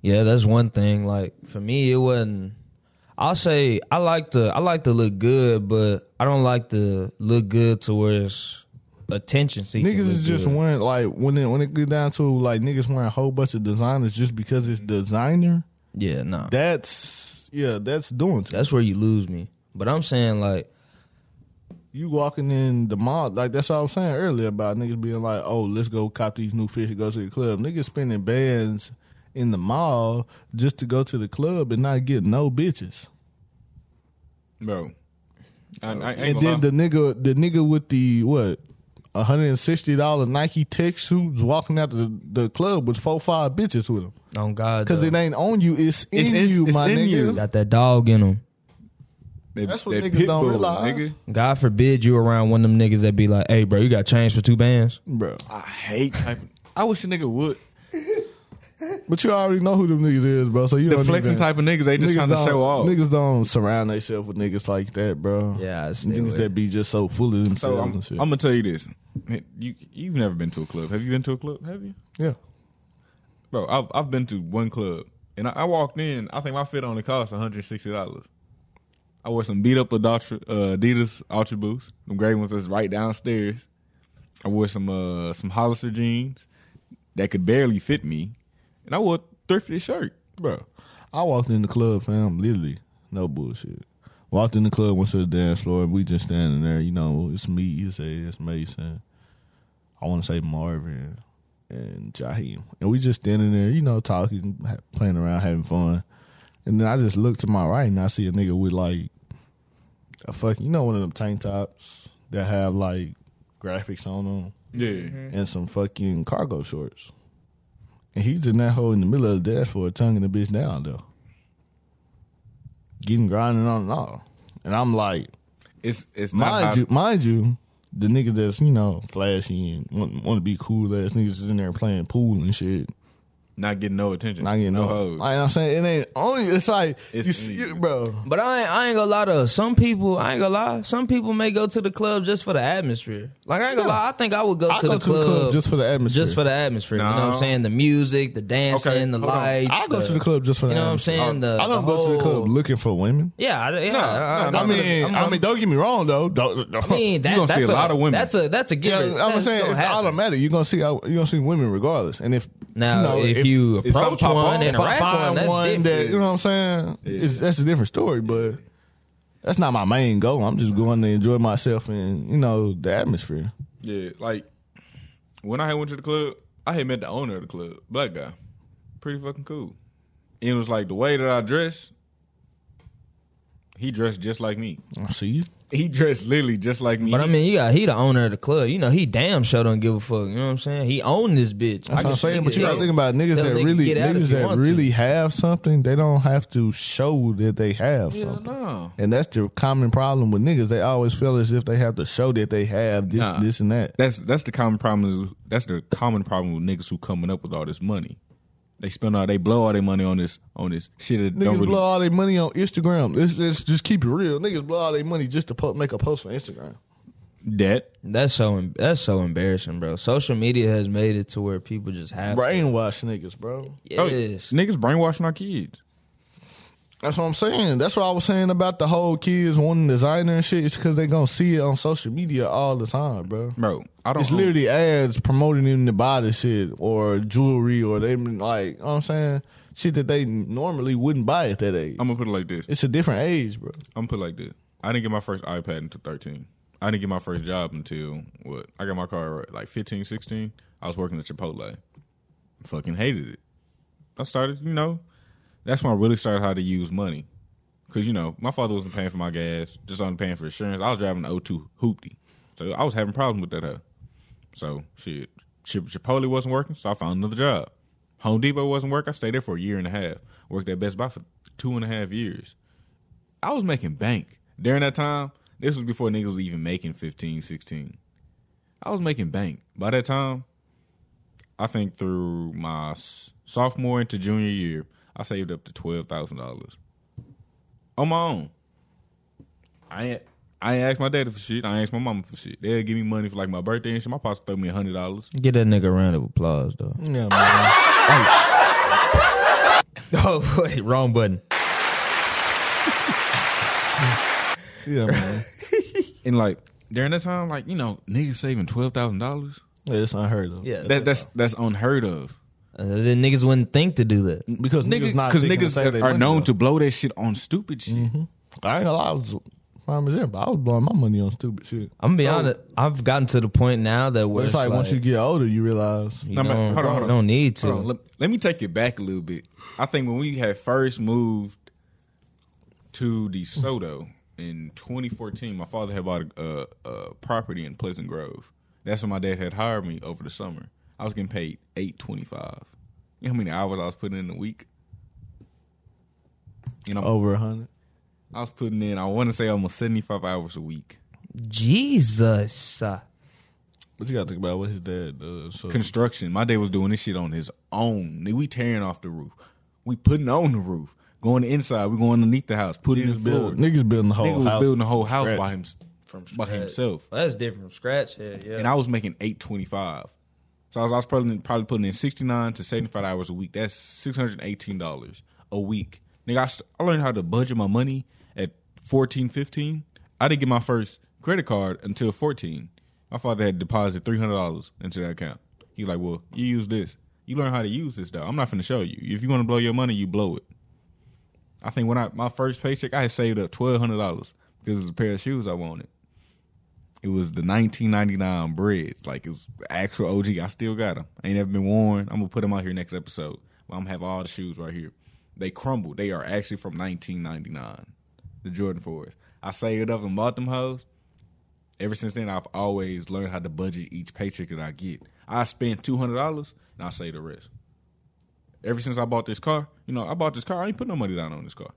Speaker 2: Yeah, that's one thing. Like for me, it wasn't. I'll say I like to I like to look good, but I don't like to look good to where it's attention seeking.
Speaker 3: Niggas is
Speaker 2: look
Speaker 3: just
Speaker 2: good.
Speaker 3: wearing like when it when it get down to like niggas wearing a whole bunch of designers just because it's designer.
Speaker 2: Yeah, nah.
Speaker 3: That's yeah, that's doing. To
Speaker 2: that's where you lose me. But I'm saying like
Speaker 3: you walking in the mall like that's what I was saying earlier about niggas being like, oh, let's go cop these new fish and go to the club. Niggas spending bands in the mall just to go to the club and not get no bitches.
Speaker 4: Bro. I, I ain't
Speaker 3: And then
Speaker 4: gonna lie.
Speaker 3: the nigga the nigga with the what. hundred and sixty dollar Nike tech suits walking out the, the club with four five bitches with him
Speaker 2: on God,
Speaker 3: because
Speaker 2: though,
Speaker 3: it ain't on you, it's in
Speaker 4: It's- it's-
Speaker 3: you,
Speaker 4: it's
Speaker 3: my
Speaker 4: in
Speaker 3: nigga.
Speaker 4: you.
Speaker 2: got that dog in him.
Speaker 4: That-
Speaker 3: that's what
Speaker 4: that
Speaker 3: niggas
Speaker 4: pit
Speaker 3: don't
Speaker 4: bull,
Speaker 3: realize.
Speaker 4: Nigga.
Speaker 2: God forbid you around one of them niggas that be like, "Hey, bro, you got change for two bands."
Speaker 3: bro.
Speaker 4: I hate typing. I wish a nigga would.
Speaker 3: But you already know who them niggas is, bro. So you
Speaker 4: The
Speaker 3: don't
Speaker 4: flexing
Speaker 3: even,
Speaker 4: type of niggas, they just trying to
Speaker 3: don't-
Speaker 4: show off.
Speaker 3: Niggas don't surround themselves with niggas like that, bro.
Speaker 2: Yeah, I stay
Speaker 3: niggas
Speaker 2: away.
Speaker 3: that be just so full of themselves
Speaker 4: So I'm,
Speaker 3: and shit.
Speaker 4: I'm gonna tell you this. Man, You you've never been to a club. Have you been to a club? Have you?
Speaker 3: yeah,
Speaker 4: Bro, I've I've been to one club and I, I walked in. I think my fit only cost one hundred sixty dollars. I wore some beat up Adatra, uh, Adidas Ultra Boots, them gray ones that's right downstairs. I wore some uh some Hollister jeans that could barely fit me, and I wore a thrifty shirt.
Speaker 3: bro. I walked in the club, fam. Literally, no bullshit. Walked in the club, went to the dance floor, and we just standing there. You know, it's me, it's ass, Mason. I want to say Marvin and Jaheim, and we just standing there. You know, talking, ha- playing around, having fun. And then I just look to my right, and I see a nigga with like a fuck. You know, one of them tank tops that have like graphics on them
Speaker 4: Yeah,
Speaker 3: and some fucking cargo shorts. And he's in that hole in the middle of the dashboard, tonguing the bitch down though, getting grinding on and all. And I'm like,
Speaker 4: it's it's not how-
Speaker 3: mind you, mind you, the niggas that's you know flashy and want, want to be cool ass niggas is in there playing pool and shit.
Speaker 4: not getting no attention,
Speaker 3: Not getting no,
Speaker 4: hoes.
Speaker 3: like I'm saying, it ain't only. It's like
Speaker 4: It's
Speaker 3: you see,
Speaker 4: me.
Speaker 3: it, bro.
Speaker 2: But I ain't, I ain't gonna lie to some people. I ain't gonna lie. Some people may go to the club just for the atmosphere. Like I ain't gonna
Speaker 3: Yeah.
Speaker 2: lie. I think I would go,
Speaker 3: I
Speaker 2: to,
Speaker 3: go
Speaker 2: the club
Speaker 3: just for the atmosphere.
Speaker 2: just for the atmosphere. You know what
Speaker 4: No.
Speaker 2: I'm saying? The music, the dancing,
Speaker 4: Okay,
Speaker 2: the
Speaker 4: hold on.
Speaker 2: lights.
Speaker 3: I go to the club just for the
Speaker 2: You know what I'm
Speaker 3: atmosphere.
Speaker 2: saying? The,
Speaker 3: I don't
Speaker 2: the
Speaker 3: go to the
Speaker 2: whole-
Speaker 3: club looking for women.
Speaker 2: Yeah, I, yeah.
Speaker 4: No,
Speaker 2: I,
Speaker 4: no,
Speaker 2: I
Speaker 3: I
Speaker 4: no,
Speaker 2: go to the-
Speaker 3: mean,
Speaker 2: I'm-
Speaker 3: I mean, don't get me wrong though. Don't, don't-
Speaker 2: I mean, that,
Speaker 4: gonna
Speaker 2: that's
Speaker 4: see a lot of women.
Speaker 2: That's a that's a
Speaker 3: Yeah,
Speaker 2: given.
Speaker 3: I'm
Speaker 2: That's
Speaker 3: saying
Speaker 2: gonna
Speaker 3: it's
Speaker 2: happen.
Speaker 3: automatic. You're gonna see you're gonna see women regardless. And if
Speaker 2: Now,
Speaker 3: you know,
Speaker 2: if, you
Speaker 4: if something
Speaker 2: approach
Speaker 4: pop
Speaker 2: one
Speaker 4: off,
Speaker 2: and
Speaker 3: if I
Speaker 2: rap one,
Speaker 3: find
Speaker 2: that's
Speaker 3: one that
Speaker 2: different.
Speaker 3: you know what I'm saying, it's, that's a different story. But that's not my main goal. I'm just going to enjoy myself and you know the atmosphere.
Speaker 4: Yeah, like when I had went to the club, I had met the owner of the club, black guy, pretty fucking cool. And it was like the way that I dressed, he dressed just like me.
Speaker 3: I see you.
Speaker 4: He dressed literally just like me.
Speaker 2: But I mean, you got he the owner of the club. You know, he damn sure don't give a fuck. You know what I'm saying? He owned this bitch.
Speaker 3: That's what I'm saying. But you gotta
Speaker 2: Yeah.
Speaker 3: think about niggas
Speaker 2: Tell
Speaker 3: that
Speaker 2: a nigga
Speaker 3: really
Speaker 2: get out if
Speaker 3: niggas
Speaker 2: you
Speaker 3: that
Speaker 2: want to.
Speaker 3: really have something. They don't have to show that they have
Speaker 4: yeah,
Speaker 3: something.
Speaker 4: no.
Speaker 3: And that's the common problem with niggas. They always feel as if they have to show that they have this,
Speaker 4: Nah.
Speaker 3: this, and that.
Speaker 4: That's that's the common problem. Is, that's the common problem with niggas who coming up with all this money. They spend all they blow all their money on this on this shit that
Speaker 3: Niggas
Speaker 4: don't really.
Speaker 3: blow all their money on Instagram. Let's, let's just keep it real. Niggas blow all their money just to po- make a post for Instagram.
Speaker 4: That
Speaker 2: That's so em- that's so embarrassing, bro. Social media has made it to where people just have to-
Speaker 3: Brainwash niggas, bro.
Speaker 4: oh,
Speaker 2: Yes.
Speaker 4: niggas brainwashing our kids.
Speaker 3: That's what I'm saying. That's what I was saying about the whole kids wanting designer and shit. It's because they gonna see it on social media all the time, bro.
Speaker 4: Bro, I don't
Speaker 3: It's literally ads promoting them to buy this shit or jewelry or they been like, you know what I'm saying? Shit that they normally wouldn't buy at that age.
Speaker 4: I'm gonna put it like this.
Speaker 3: It's a different age, bro.
Speaker 4: I'm gonna put it like this. I didn't get my first iPad until 13. I didn't get my first job until what? I got my car at like 15, 16. I was working at Chipotle. Fucking hated it. I started, you know, that's when I really started how to use money. Cause you know, my father wasn't paying for my gas, just only paying for insurance. I was driving an 02 hoopty. So I was having problems with that hoe. So shit. Chip- Chipotle wasn't working, so I found another job. Home Depot wasn't working. I stayed there for a year and a half. Worked at Best Buy for two and a half years. I was making bank during that time. This was before niggas was even making 15, 16. I was making bank. By that time, I think through my s- sophomore into junior year, I saved up to $12,000 on my own. I ain't, I ain't asked my daddy for shit. I ain't asked my mama for shit. They'll give me money for like my birthday and shit. My pops throw me $100.
Speaker 2: Get that nigga a round of applause, though.
Speaker 3: Yeah, man.
Speaker 2: Oh wait, wrong button.
Speaker 3: Yeah, man.
Speaker 4: And like during that time, like, you know, niggas saving $12,000.
Speaker 3: Yeah, It's unheard of.
Speaker 2: Yeah,
Speaker 4: That, that's, that's unheard of.
Speaker 2: Uh, the niggas wouldn't think to do that.
Speaker 3: Because niggas, not
Speaker 4: because
Speaker 3: thinking to
Speaker 4: niggas
Speaker 3: save their
Speaker 4: are
Speaker 3: money,
Speaker 4: known
Speaker 3: though. Mm-hmm.
Speaker 4: to blow that shit on stupid shit.
Speaker 3: I ain't gonna lie, I was, I was, there, but I was blowing my money on stupid shit.
Speaker 2: I'm gonna be honest. I've gotten to the point now that where
Speaker 3: But it's like, once you get older, you realize.
Speaker 2: you
Speaker 4: No, man,
Speaker 2: don't,
Speaker 4: hold on, hold on.
Speaker 2: don't need to.
Speaker 4: Hold on, let, let me take it back a little bit. I think when we had first moved to DeSoto in 2014, my father had bought a, a, a property in Pleasant Grove. That's when my dad had hired me over the summer. I was getting paid 825. You know how many hours I was putting in a week? You know,
Speaker 3: Over a hundred.
Speaker 4: I was putting in, I want to say almost 75 hours a week.
Speaker 2: Jesus.
Speaker 3: But you gotta think about what his dad does. So.
Speaker 4: construction. My dad was doing this shit on his own. Nigga, We tearing off the roof. We putting on the roof. Going inside. We going underneath the house. Putting in the
Speaker 3: Niggas
Speaker 4: floor.
Speaker 3: building, niggas building the whole
Speaker 4: Nigga was
Speaker 3: house.
Speaker 4: building the whole house
Speaker 3: scratch.
Speaker 4: by him, from by himself.
Speaker 2: Well, that's different from scratch. Yeah, yeah.
Speaker 4: And I was making eight twenty five. So I was, I was probably probably putting in sixty nine to seventy five hours a week. That's six hundred eighteen dollars a week. Nigga, I, st- I learned how to budget my money at 14, 15. I didn't get my first credit card until fourteen. My father had deposited three hundred dollars into that account. He like, well, you use this. You learn how to use this though. I'm not finna show you. If you want to blow your money, you blow it. I think when I my first paycheck, I had saved up twelve hundred dollars because it was a pair of shoes I wanted. It was the 1999 breads. Like it was actual OG. I still got them. ain't never been worn. I'm gonna put them out here next episode. I'm gonna have all the shoes right here. They crumbled. They are actually from 1999. The Jordan fours. I saved up and bought them hoes. Ever since then, I've always learned how to budget each paycheck that I get. I spend two hundred dollars and I save the rest. Ever since I bought this car, you know, I bought this car. I ain't put no money down on this car.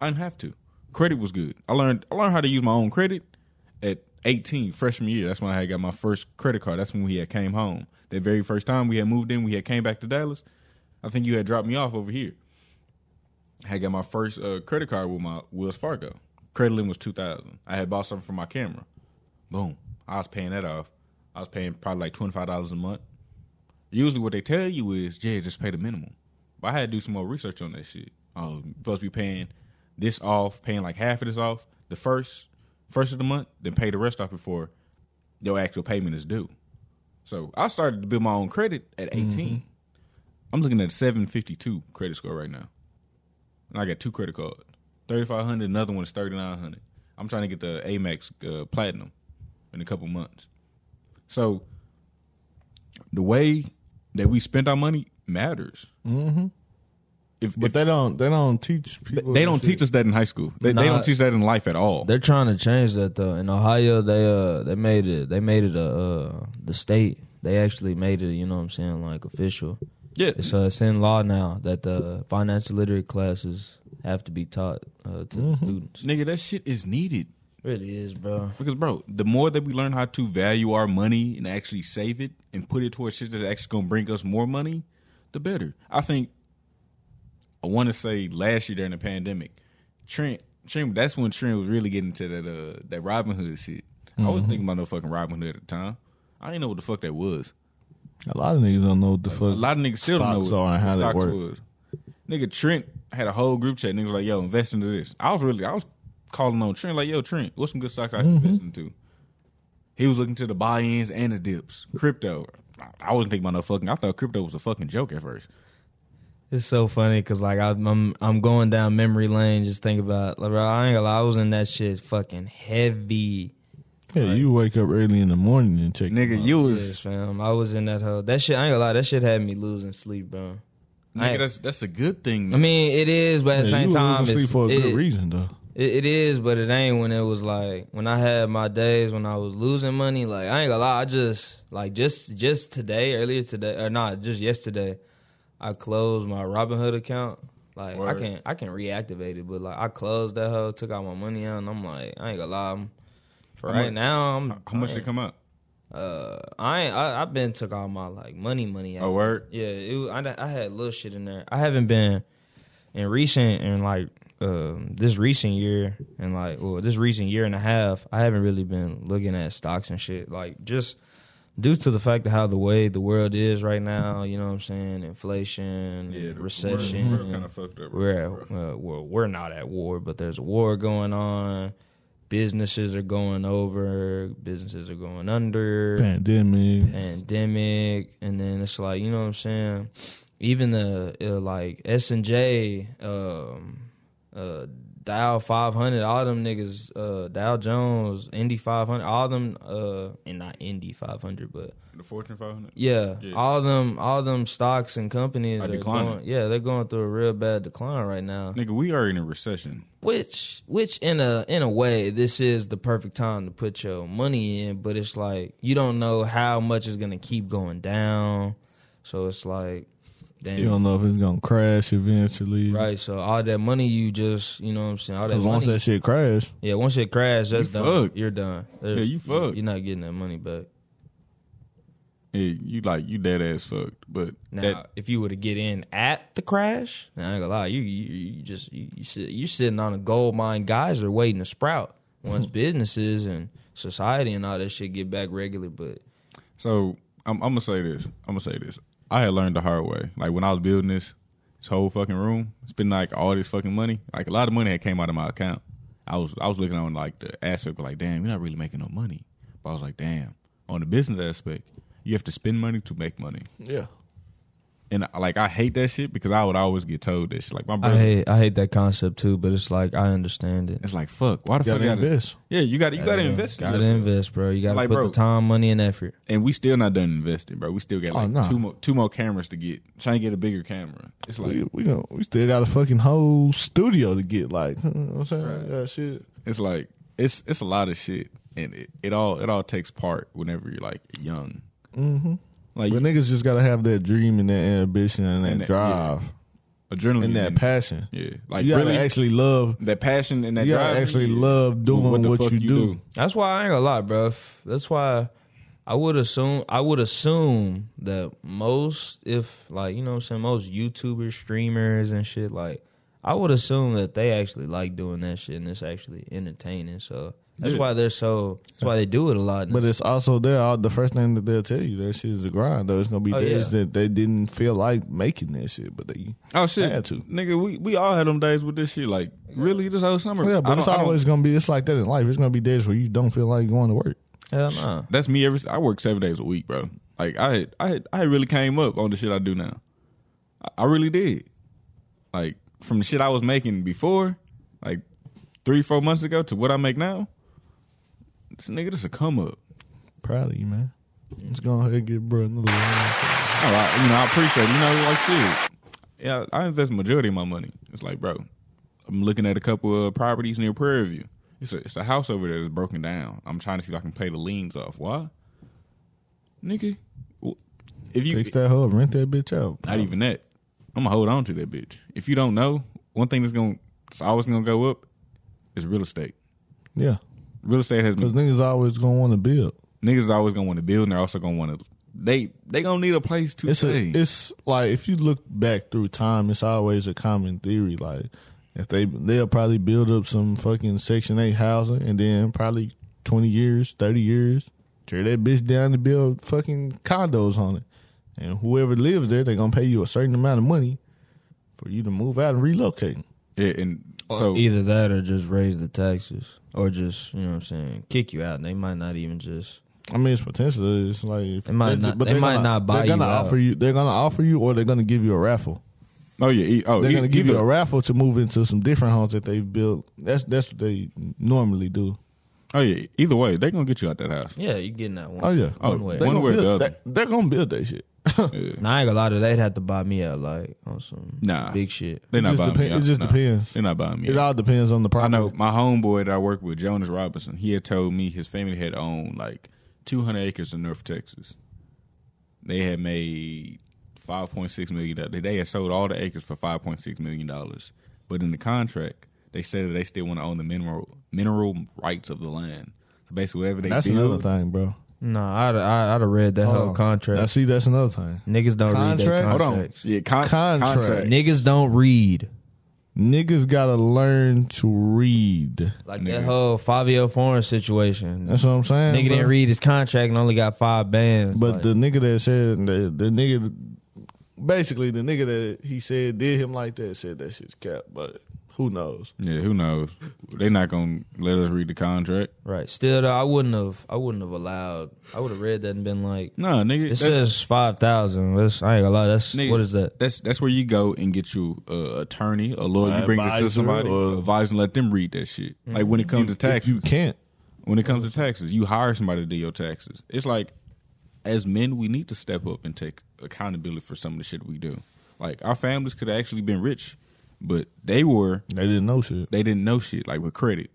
Speaker 4: I didn't have to. Credit was good. I learned I learned how to use my own credit at 18, freshman year. That's when I had got my first credit card. That's when we had came home. That very first time we had moved in, we had came back to Dallas. I think you had dropped me off over here. I had got my first uh, credit card with my Wells Fargo. Credit limit was two thousand. I had bought something for my camera. Boom. I was paying that off. I was paying probably like twenty five dollars a month. Usually, what they tell you is, yeah, just pay the minimum. But I had to do some more research on that shit. Oh, you're supposed to be paying this off, paying like half of this off the first first of the month, then pay the rest off before your actual payment is due. So I started to build my own credit at 18. I'm looking at a 752 credit score right now, and I got two credit cards, 3500, another one is 3900. I'm trying to get the Amex uh, Platinum in a couple months. So the way that we spend our money matters. Mm-hmm. If,
Speaker 3: But
Speaker 4: if
Speaker 3: they don't. They don't teach people.
Speaker 4: they don't
Speaker 3: that shit.
Speaker 4: teach us that in high school, they, they
Speaker 2: Nah.
Speaker 4: don't teach that in life at all.
Speaker 2: They're trying to change that though. In Ohio, they uh they made it they made it a uh, the state. They actually made it. You know what I'm saying? Like official.
Speaker 4: Yeah,
Speaker 2: It's uh, it's in law now that the financial literate classes have to be taught uh, to the
Speaker 3: Mm-hmm.
Speaker 2: students.
Speaker 4: nigga, that shit is needed
Speaker 2: Really is, bro.
Speaker 4: because, bro, the more that we learn how to value our money and actually save it and put it towards shit that's actually gonna bring us more money, the better. I think. I want to say last year during the pandemic, Trent, Trent, that's when Trent was really getting into that uh, that Robin Hood shit. I was thinking about no fucking Robin Hood at the time. I didn't know what the fuck that was.
Speaker 3: A lot of niggas don't know what the
Speaker 4: A
Speaker 3: fuck.
Speaker 4: lot of niggas still don't know
Speaker 3: Stocks
Speaker 4: what
Speaker 3: are and how they
Speaker 4: stocks
Speaker 3: work.
Speaker 4: was. Nigga Trent had a whole group chat. Niggas was like, yo, invest into this. I was really, I was calling on Trent like, yo, Trent, what's some good stocks I should
Speaker 3: Mm-hmm.
Speaker 4: invest into? He was looking to the buy-ins and the dips. Crypto. I- I wasn't thinking about no fucking. I thought crypto was a fucking joke at first.
Speaker 2: It's so funny because like I, I'm I'm going down memory lane just think about like bro, I ain't gonna lie, I was in that shit fucking heavy.
Speaker 3: Yeah, you wake up early in the morning and check.
Speaker 4: Nigga, you
Speaker 2: Yes,
Speaker 4: was
Speaker 2: fam. I was in that hole. That shit I ain't gonna lie, that shit had me losing sleep, bro. I-
Speaker 4: nigga. That's that's a good thing.
Speaker 2: I mean, it is, but at the
Speaker 3: Yeah,
Speaker 2: same
Speaker 3: you
Speaker 2: time,
Speaker 3: was
Speaker 2: it's,
Speaker 3: asleep for a good
Speaker 2: it-
Speaker 3: reason though.
Speaker 2: It, it is, but it ain't when it was like when I had my days when I was losing money. Like I ain't gonna lie, I just like just just today, earlier today, or not just yesterday, I closed my Robinhood account. Like
Speaker 4: Word.
Speaker 2: I can I can reactivate it, but like I closed that hoe, took out my money out, and I'm like I ain't gonna lie. I'm, for
Speaker 4: How
Speaker 2: right
Speaker 4: much-
Speaker 2: now, I'm
Speaker 4: How much it come out?
Speaker 2: uh, I ain't I, I've been took all my like money money out.
Speaker 4: A word.
Speaker 2: Yeah, it was, I, I had little shit in there. I haven't been in recent in like um this recent year and like well this recent year and a half. I haven't really been looking at stocks and shit like just due to the fact of how the way the world is right now. You know what I'm saying? Inflation,
Speaker 4: Yeah, the
Speaker 2: recession.
Speaker 4: world- world kinda fucked up,
Speaker 2: We're at, uh, well, we're not at war, but there's a war going on. Businesses are going over. Businesses are going under
Speaker 3: Pandemic.
Speaker 2: pandemic and then it's like you know what i'm saying even the uh, like s&j um uh dial 500 all them niggas uh dow jones indy 500 all them uh and not indy 500 but
Speaker 4: The Fortune 500.
Speaker 2: yeah,
Speaker 4: Yeah.
Speaker 2: all them all them stocks and companies
Speaker 4: Are
Speaker 2: are
Speaker 4: declining.
Speaker 2: going yeah they're going through a real bad decline right now
Speaker 4: Nigga, we are in a recession.
Speaker 2: which which in a in a way this is the perfect time to put your money in but it's like you don't know how much is going to keep going down so it's like
Speaker 3: You
Speaker 2: damn
Speaker 3: don't know if it's gonna crash eventually.
Speaker 2: right so all that money you just you know what i'm saying all that
Speaker 3: As long
Speaker 2: money,
Speaker 3: as that shit crash,
Speaker 2: yeah once it crash that's
Speaker 4: You
Speaker 2: done
Speaker 4: fucked.
Speaker 2: you're done
Speaker 4: Yeah, you fucked.
Speaker 2: you're not getting that money back
Speaker 4: Yeah, you like you dead ass fucked. But
Speaker 2: now
Speaker 4: that
Speaker 2: if you were to get in at the crash now, i ain't gonna lie you you, you just you, you sit, you're sitting on a gold mine geyser waiting to sprout once businesses and society and all that shit get back regular but
Speaker 4: so I'm, I'm gonna say this. I'm gonna say this. I had learned the hard way. Like when I was building this this whole fucking room, spending like all this fucking money. Like a lot of money had came out of my account. I was I was looking on like the aspect of like, damn, you're not really making no money. But I was like, damn. On the business aspect, you have to spend money to make money.
Speaker 3: yeah,
Speaker 4: And uh, like I hate that shit because I would always get told that shit. Like my
Speaker 2: I
Speaker 4: brother,
Speaker 2: hate I hate that concept too, but it's like I understand it.
Speaker 4: it's like fuck. Why the
Speaker 3: gotta
Speaker 4: fuck I gotta-
Speaker 3: invest.
Speaker 4: Yeah, you got to you got to invest. in
Speaker 2: Gotta
Speaker 4: yourself.
Speaker 2: invest, bro. You gotta
Speaker 4: Like,
Speaker 2: put
Speaker 4: bro.
Speaker 2: the time, money, and effort.
Speaker 4: and we still not done investing, bro. We still got like
Speaker 3: Oh, nah.
Speaker 4: two more two more cameras to get. Trying to get a bigger camera. It's like
Speaker 3: we we, gonna, we still got a fucking whole studio to get. Like, you know what I'm saying, Yeah, shit.
Speaker 4: it's like it's it's a lot of shit, and it, it all it all takes part whenever you're like young. Mm-hmm. Like
Speaker 3: But niggas just gotta have that dream and that ambition and that
Speaker 4: And that-
Speaker 3: drive
Speaker 4: adrenaline
Speaker 3: and that passion.
Speaker 4: Yeah, like
Speaker 3: you gotta
Speaker 4: really
Speaker 3: actually love.
Speaker 4: that passion and that
Speaker 3: You
Speaker 4: drive.
Speaker 3: gotta actually
Speaker 4: yeah.
Speaker 3: love doing
Speaker 4: What
Speaker 3: what,
Speaker 4: the fuck
Speaker 3: you,
Speaker 4: you
Speaker 3: do.
Speaker 4: do.
Speaker 2: That's why I ain't gonna lie, bro. That's why I would assume I would assume that most if like you know what I'm saying most YouTubers, streamers, and shit like I would assume that they actually like doing that shit and it's actually entertaining. So that's
Speaker 4: Yeah.
Speaker 2: why they're so that's why they do it a lot.
Speaker 3: But it's also there. all- The first thing that they'll tell you that shit is the grind. Though it's gonna be
Speaker 2: Oh,
Speaker 3: days
Speaker 2: yeah.
Speaker 3: that they didn't feel like making that shit, but they
Speaker 4: Oh shit,
Speaker 3: Had to.
Speaker 4: nigga. We we all had them days with this shit. Like really, this whole summer.
Speaker 3: Yeah,
Speaker 4: I
Speaker 3: but
Speaker 4: don't-
Speaker 3: it's
Speaker 4: I don't-
Speaker 3: always gonna be. It's like that in life. It's gonna be days where you don't feel like going to work.
Speaker 2: Hell nah.
Speaker 4: That's me every. I work seven days a week, bro. Like I had, I had, I had really came up on the shit I do now. I, I really did. Like from the shit I was making before, like three four months ago, to what I make now. This nigga, this a come up.
Speaker 3: Proud of you, man. Let's go ahead and give bro another one.
Speaker 4: All right, you know Oh, I appreciate. it. You know, like shit. Yeah, I invest majority of my money. It's like, bro, I'm looking at a couple of properties near Prairie View. It's a it's a house over there that's broken down. I'm trying to see if I can pay the liens off. Why, nigga? w- If you
Speaker 3: Fix that hub, rent that bitch out.
Speaker 4: Not even that. I'm gonna hold on to that bitch. If you don't know, one thing that's gonna it's always gonna go up is real estate.
Speaker 3: Yeah,
Speaker 4: Real estate has
Speaker 3: because
Speaker 4: been
Speaker 3: niggas always gonna want to build.
Speaker 4: niggas are always gonna want to build and they're also gonna want to they they gonna need a place to
Speaker 3: It's
Speaker 4: stay.
Speaker 3: a, it's like if you look back through time, it's always a common theory. Like if they they'll probably build up some fucking Section Eight housing and then probably twenty years, thirty years. Tear that bitch down to build fucking condos on it, and whoever lives there, they're gonna pay you a certain amount of money for you to move out and relocate.
Speaker 4: Yeah, and
Speaker 3: Oh,
Speaker 4: so
Speaker 3: e-
Speaker 2: Either that or just raise the taxes. Or just, you know what I'm saying, kick you out. They might not even just
Speaker 3: I mean, it's potential. It's like if
Speaker 2: They might not- they
Speaker 3: they're
Speaker 2: might
Speaker 3: gonna-
Speaker 2: not buy
Speaker 3: They're gonna
Speaker 2: you out.
Speaker 3: offer you. They're gonna offer you, or they're gonna give you a raffle.
Speaker 4: oh yeah, e- oh
Speaker 3: They're
Speaker 4: e-
Speaker 3: gonna give you
Speaker 4: either-
Speaker 3: a raffle to move into some different homes that they've built. That's that's what they normally do.
Speaker 4: oh yeah. Either way, they gonna get you out that house.
Speaker 2: Yeah, you're getting that one.
Speaker 3: Oh yeah,
Speaker 4: Oh,
Speaker 2: One way.
Speaker 3: They
Speaker 4: one
Speaker 3: gonna
Speaker 4: way or the
Speaker 3: build,
Speaker 4: other.
Speaker 3: they, they're gonna build that shit.
Speaker 4: Yeah.
Speaker 2: Nah, I ain't gonna lie to you, they'd have to buy me out like on some
Speaker 4: Nah.
Speaker 2: big shit.
Speaker 4: They're not
Speaker 3: just
Speaker 4: buying me
Speaker 3: depen-
Speaker 4: out.
Speaker 3: it just
Speaker 4: Nah.
Speaker 3: depends.
Speaker 4: They're not buying me
Speaker 3: It
Speaker 4: out.
Speaker 3: all depends on the
Speaker 4: I
Speaker 3: property.
Speaker 4: know my homeboy that I work with, Jonas Robinson, he had told me his family had owned like 200 acres in North Texas. They had made 5.6 million. dollars. They had sold all the acres for 5.6 million dollars, but in the contract they said that they still want to own the mineral mineral rights of the land. So basically, whatever they
Speaker 3: That's another
Speaker 4: build,
Speaker 3: thing, bro.
Speaker 2: Nah, I'd I'd, I'd have read that
Speaker 3: Hold
Speaker 2: whole
Speaker 3: on.
Speaker 2: contract.
Speaker 3: Now, see, Oh, that's another thing.
Speaker 2: Niggas don't read their
Speaker 3: Contract? Hold
Speaker 4: hold on,
Speaker 2: contracts.
Speaker 4: yeah, con-
Speaker 3: Contract.
Speaker 4: contract.
Speaker 2: Niggas don't read.
Speaker 3: Niggas gotta learn to read.
Speaker 2: Like
Speaker 4: Nigga.
Speaker 2: that whole Fabio Foreign situation.
Speaker 3: That's what I'm saying.
Speaker 2: nigga
Speaker 3: bro.
Speaker 2: didn't read his contract and only got five bands.
Speaker 3: But
Speaker 2: Like,
Speaker 3: the nigga that said the, the nigga, basically the nigga that he said did him like that said that shit's cap. But who knows?
Speaker 4: Yeah, who knows? They're not gonna let us read the contract.
Speaker 2: right, still though, I wouldn't have. I wouldn't have allowed. I would have read that and been like,
Speaker 4: No, nigga,
Speaker 2: "It
Speaker 4: that's-
Speaker 2: says five thousand. That's I ain't gonna lie. That's
Speaker 4: Nigga,
Speaker 2: what is that?
Speaker 4: That's that's where you go and get you a attorney, a lawyer.
Speaker 3: An
Speaker 4: you bring it to
Speaker 3: advisor
Speaker 4: somebody,
Speaker 3: or-
Speaker 4: advise, and let them read that shit. Like when it comes to
Speaker 3: If
Speaker 4: taxes,
Speaker 3: you can't,
Speaker 4: when it comes to taxes, you hire somebody to do your taxes. It's like, as men, we need to step up and take accountability for some of the shit we do. Like our families could have actually been rich, but they were
Speaker 3: they didn't know shit.
Speaker 4: they didn't know shit. Like with credit,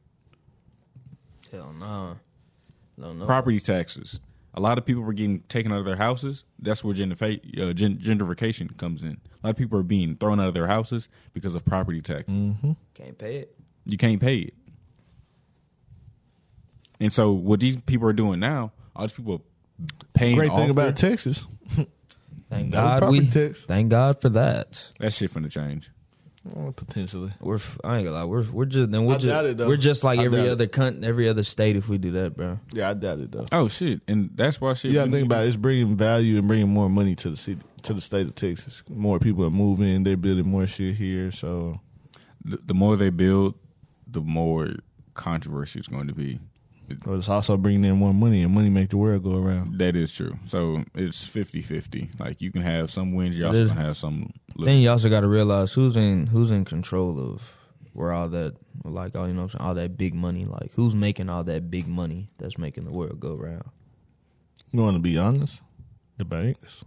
Speaker 2: Hell nah. No, no.
Speaker 4: property taxes. A lot of people were getting taken out of their houses. That's where gentrifa- uh, gen- gentrification comes in. A lot of people are being thrown out of their houses because of property taxes.
Speaker 2: Can't pay it.
Speaker 4: You can't pay it. And so what these people are doing now, all these people are paying
Speaker 3: Great
Speaker 4: off
Speaker 3: thing about
Speaker 4: their-
Speaker 3: Texas,
Speaker 2: Thank
Speaker 3: No
Speaker 2: God
Speaker 3: property
Speaker 2: we.
Speaker 3: tax.
Speaker 2: Thank God for that.
Speaker 4: that shit finna change.
Speaker 3: Mm, potentially.
Speaker 2: We're f- I ain't gonna lie. We're we're just then we're
Speaker 3: I doubt it,
Speaker 2: just
Speaker 3: though.
Speaker 2: we're just like
Speaker 3: I doubt
Speaker 2: every
Speaker 3: it.
Speaker 2: other cunt, every other state. If we do that, bro.
Speaker 3: Yeah, I doubt it though.
Speaker 4: Oh shit. And that's why shit
Speaker 3: You gotta think about it. it's bringing value and bringing more money to the city, to the state of Texas. More people are moving. They're building more shit here. So
Speaker 4: the, the more they build, the more controversy it's going to be.
Speaker 3: but it's also bringing in more money, and money make the world go around.
Speaker 4: That is true. So it's 50-50. Like you can have some wins, you
Speaker 2: It
Speaker 4: also
Speaker 2: is.
Speaker 4: can have some
Speaker 2: Then
Speaker 4: lose.
Speaker 2: you also got to realize who's in who's in control of where all that like all you know what I'm saying, all that big money like who's making all that big money that's making the world go round.
Speaker 3: You want to be honest? The banks.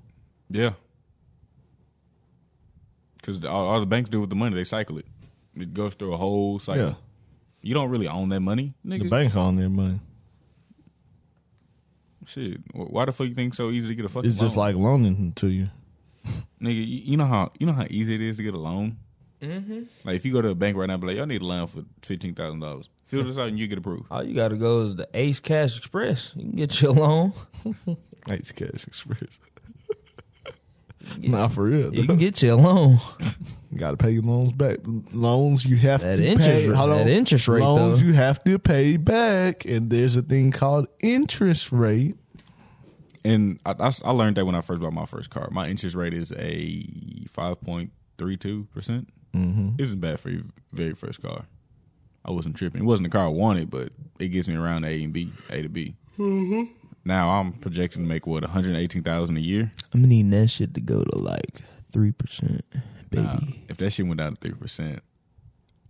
Speaker 4: Yeah. Cuz all, all the banks do with the money, they cycle it. It goes through a whole cycle.
Speaker 3: Yeah.
Speaker 4: You don't really own that money, nigga.
Speaker 3: The bank on their money.
Speaker 4: Shit, wh- why the fuck you think it's so easy to get a fucking?
Speaker 3: It's just
Speaker 4: loan?
Speaker 3: like loaning to you.
Speaker 4: nigga, you, you know how you know how easy it is to get a loan. Mm-hmm. Like if you go to a bank right now, and be like, y'all need a loan for fifteen thousand dollars. Fill this out and you get approved.
Speaker 2: All you got to go is the Ace Cash Express. You can get your loan.
Speaker 3: Ice Cash Express. Nah, for real.
Speaker 2: You can get your loan.
Speaker 3: Got to pay your loans back. Loans you have
Speaker 2: That
Speaker 3: to
Speaker 2: interest
Speaker 3: pay.
Speaker 2: ra-
Speaker 3: Hold on.
Speaker 2: that interest rate,
Speaker 3: Loans
Speaker 2: though.
Speaker 3: you have to pay back, and there's a thing called interest rate.
Speaker 4: And I, I s- I learned that when I first bought my first car. My interest rate is a five point three two percent.
Speaker 2: Mm-hmm.
Speaker 4: Isn't bad for your very first car. I wasn't tripping. It wasn't the car I wanted, but it gets me around A and B, A to B. Now I'm projecting to make what one hundred eighteen thousand a year.
Speaker 2: I'm gonna need that shit to go to like three percent, baby.
Speaker 4: Nah, if that shit went down to three percent,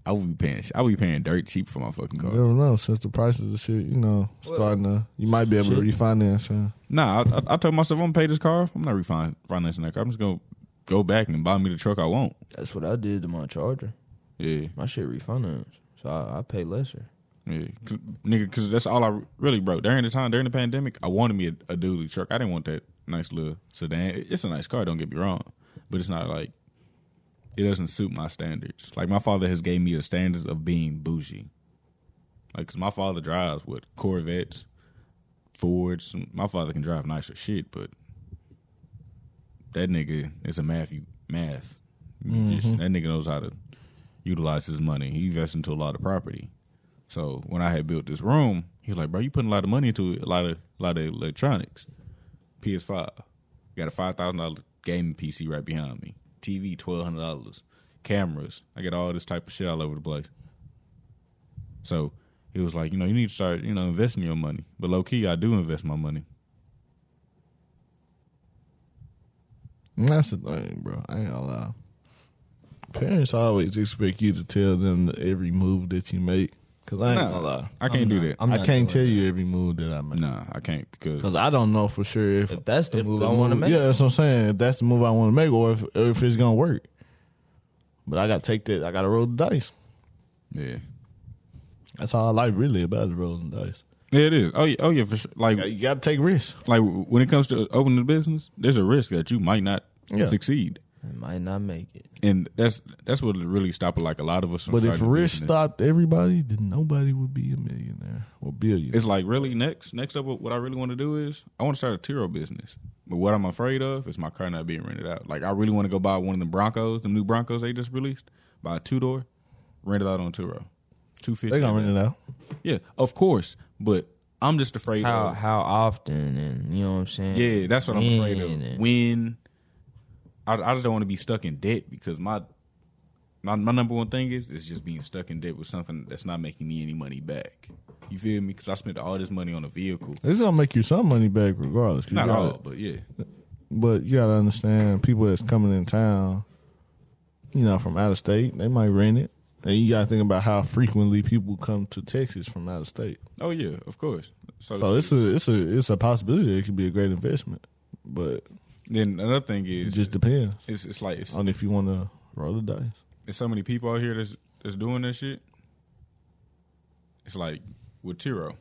Speaker 4: I would be paying. I would be paying dirt cheap for my fucking car.
Speaker 3: You never know. Since the prices of the shit, you know, starting to, you might be able to refinance. Huh?
Speaker 4: Nah, I, I, I told myself I'm gonna pay this car. off. I'm not refinancing that car. I'm just gonna go back and buy me the truck I want.
Speaker 2: That's what I did to my Charger.
Speaker 4: Yeah,
Speaker 2: My shit refinanced, so I, I pay lesser.
Speaker 4: yeah, Cause, nigga. Because that's all I really, bro. During the time during the pandemic, I wanted me a, a dually truck. I didn't want that nice little sedan. It's a nice car. Don't get me wrong, but it's not like it doesn't suit my standards. Like my father has gave me the standards of being bougie. Like, cause my father drives what Corvettes, Fords. My father can drive nicer shit, but that nigga is a math you math. musician. That nigga knows how to utilize his money. He invests into a lot of property. So when I had built this room, He was like, bro, you putting a lot of money into it, a lot of a lot of electronics. PS5. Got a five thousand dollar gaming PC right behind me. TV twelve hundred dollars. Cameras. I got all this type of shit all over the place. So he was like, you know, you need to start, you know, investing your money. But low key, I do invest my money.
Speaker 3: And that's the thing, bro. I ain't gonna lie. Parents always expect you to tell them the- every move that you make. Cause I ain't
Speaker 4: Nah,
Speaker 3: gonna lie.
Speaker 4: I can't
Speaker 2: I'm
Speaker 4: do
Speaker 2: not-
Speaker 4: that.
Speaker 2: I'm
Speaker 3: I
Speaker 2: not
Speaker 3: can't
Speaker 2: doing
Speaker 3: tell you every move that I make.
Speaker 4: nah, I can't because
Speaker 3: Cause I don't know for sure if,
Speaker 2: If that's the
Speaker 3: if
Speaker 2: move I wanna
Speaker 3: move-
Speaker 2: make.
Speaker 3: Yeah, that's what I'm saying. If that's the move I want to make, or if or if it's gonna work. But I gotta take that. I gotta roll the dice.
Speaker 4: yeah,
Speaker 3: That's all life really about is rolling the dice.
Speaker 4: yeah, it is. Oh yeah, oh yeah, for sure. Like
Speaker 3: You gotta- You gotta take risks.
Speaker 4: like when it comes to opening a business, there's a risk that you might not
Speaker 3: Yeah.
Speaker 4: succeed,
Speaker 2: I might not make it.
Speaker 4: and that's that's what really stopped like a lot of us. From
Speaker 3: But if
Speaker 4: starting a
Speaker 3: risk
Speaker 4: business.
Speaker 3: stopped everybody, then nobody would be a millionaire or billionaire.
Speaker 4: it's like really next next up what i really want to do is i want to start a tiro business but what i'm afraid of is my car not being rented out like i really want to go buy one of the broncos the new broncos they just released buy a two-door rent it out on tiro 250
Speaker 3: They gonna rent it out.
Speaker 4: yeah of course but i'm just afraid
Speaker 2: How
Speaker 4: of
Speaker 2: how often and you know what I'm saying?
Speaker 4: yeah that's what i'm afraid
Speaker 2: When
Speaker 4: of
Speaker 2: and-
Speaker 4: when I, I just don't want to be stuck in debt because my my, my number one thing is is just being stuck in debt with something that's not making me any money back. You feel me? Because I spent all this money on a vehicle,
Speaker 3: It's gonna make you some money back regardless. 'cause you
Speaker 4: not
Speaker 3: gotta-
Speaker 4: all, but yeah.
Speaker 3: But you gotta understand, people that's coming in town, you know, from out of state, they might rent it, and you gotta think about how frequently people come to Texas from out of state.
Speaker 4: Oh yeah, of course. So,
Speaker 3: So it's a it's a it's a possibility. It could be a great investment, but
Speaker 4: then another thing
Speaker 3: it
Speaker 4: is
Speaker 3: just depends
Speaker 4: it's it's like it's,
Speaker 3: on if you want to roll the dice.
Speaker 4: it's so many people out here that's that's doing that shit. It's like with Tiro.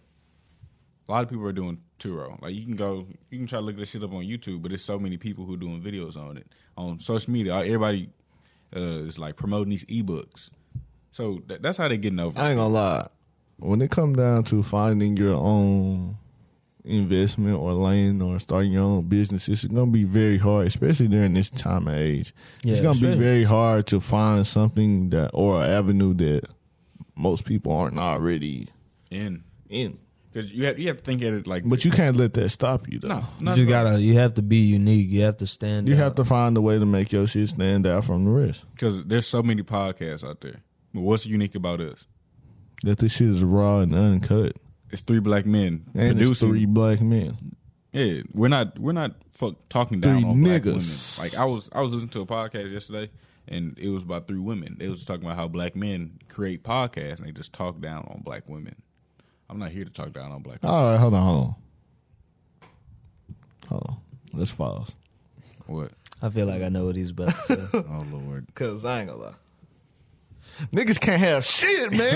Speaker 4: A lot of people are doing Tiro. Like you can go you can try to look this shit up on YouTube, but there's so many people who doing videos on it. On social media, everybody uh, is like promoting these ebooks. So that, that's how they getting over.
Speaker 3: I
Speaker 4: it.
Speaker 3: ain't gonna lie. When it come down to finding your own investment or lane or starting your own business, it's gonna be very hard, especially during this time and age. it's
Speaker 2: Yeah,
Speaker 3: gonna be
Speaker 2: especially-
Speaker 3: very hard to find something that or an avenue that most people aren't already
Speaker 4: in
Speaker 3: in.
Speaker 4: because you have you have to think at it like
Speaker 3: But you can't let that stop you though.
Speaker 4: no,
Speaker 2: You
Speaker 4: not
Speaker 2: just gotta you have to be unique. You have to stand
Speaker 3: You
Speaker 2: out.
Speaker 3: have to find a way to make your shit stand out from the rest.
Speaker 4: because there's so many podcasts out there. But what's unique about us?
Speaker 3: That this shit is raw and uncut.
Speaker 4: It's three black men
Speaker 3: And it's
Speaker 4: producing.
Speaker 3: three black men.
Speaker 4: Yeah, we're not we're not fuck talking down
Speaker 3: Three
Speaker 4: on black
Speaker 3: niggas.
Speaker 4: women. Like I was I was listening to a podcast yesterday, and it was about three women. They was talking about how black men create podcasts and they just talk down on black women. I'm not here to talk down on black. women.
Speaker 3: Oh, All right, hold on, hold on. Hold on. Let's pause.
Speaker 4: What?
Speaker 2: I feel like I know what he's about to say.
Speaker 4: Oh lord.
Speaker 3: Cause I ain't gonna lie. Niggas can't have shit, man.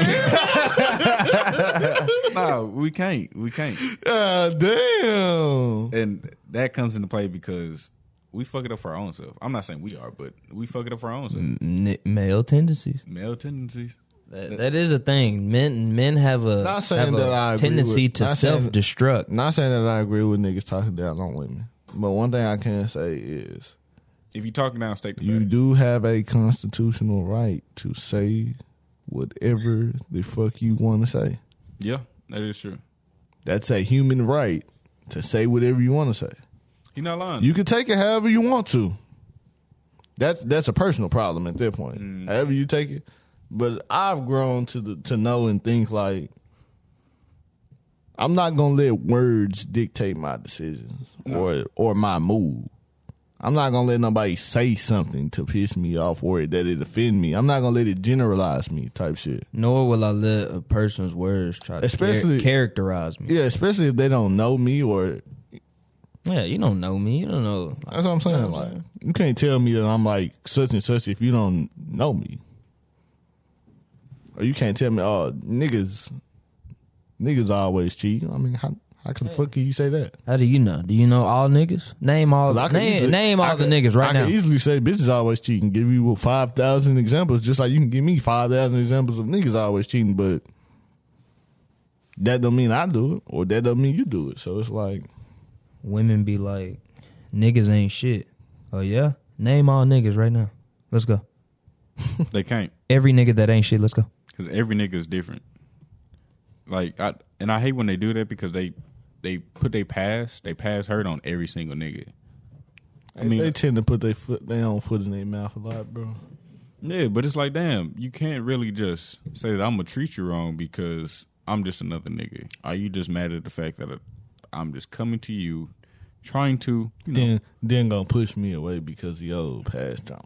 Speaker 4: no, we can't. We can't.
Speaker 3: God damn.
Speaker 4: And that comes into play because we fuck it up for our own self. I'm not saying we are, but we fuck it up for our own self.
Speaker 3: Mm.
Speaker 2: N- male tendencies.
Speaker 4: Male tendencies.
Speaker 2: That, that is a thing. Men men have a,
Speaker 3: Not saying
Speaker 2: have a
Speaker 3: that I agree
Speaker 2: tendency
Speaker 3: with-
Speaker 2: to
Speaker 3: not saying-
Speaker 2: self destruct.
Speaker 3: Not saying that I agree with niggas talking down on women, but one thing I can say is
Speaker 4: If you talking down, state the
Speaker 3: you
Speaker 4: facts.
Speaker 3: do have a constitutional right to say whatever the fuck you want to say.
Speaker 4: Yeah, that is true.
Speaker 3: That's a human right to say whatever you want to say.
Speaker 4: He not lying.
Speaker 3: You can take it however you want to. That's that's a personal problem at that point. However you take it. But I've grown to the to know and think like I'm not gonna let words dictate my decisions or or my mood. I'm not gonna let nobody say something to piss me off or that it offend me. I'm not gonna let it generalize me type shit.
Speaker 2: Nor will I let a person's words try to
Speaker 3: Especially-
Speaker 2: char- characterize me.
Speaker 3: Yeah, especially if they don't know me or
Speaker 2: Yeah, you don't know me. You don't know.
Speaker 3: That's what I'm saying. like, you can't tell me that I'm like such and such if you don't know me. Or you can't tell me, oh, niggas, niggas always cheat. I mean, how how can the fuck can you say that?
Speaker 2: How do you know? Do you know all niggas? Name all
Speaker 3: 'Cause I could
Speaker 2: name,
Speaker 3: easily-
Speaker 2: name all
Speaker 3: I
Speaker 2: the
Speaker 3: could-
Speaker 2: niggas right
Speaker 3: I
Speaker 2: now.
Speaker 3: can easily say bitches always cheat and give you five thousand examples, just like you can give me five thousand examples of niggas always cheating. But that don't mean I do it, or that don't mean you do it. So it's like,
Speaker 2: Women be like, niggas ain't shit. Oh yeah, name all niggas right now. Let's go.
Speaker 4: they can't.
Speaker 2: Every nigga that ain't shit. Let's go.
Speaker 4: Because every nigga is different. Like I and I hate when they do that because they they put they pass they pass hurt on every single nigga.
Speaker 3: I
Speaker 4: mean-
Speaker 3: they tend to put their foot their own foot in their mouth a lot, bro.
Speaker 4: Yeah, but it's like damn, you can't really just say that I'm gonna treat you wrong because I'm just another nigga. Are you just mad at the fact that I'm just coming to you, trying to you know,
Speaker 3: Then then gonna push me away because the old past time.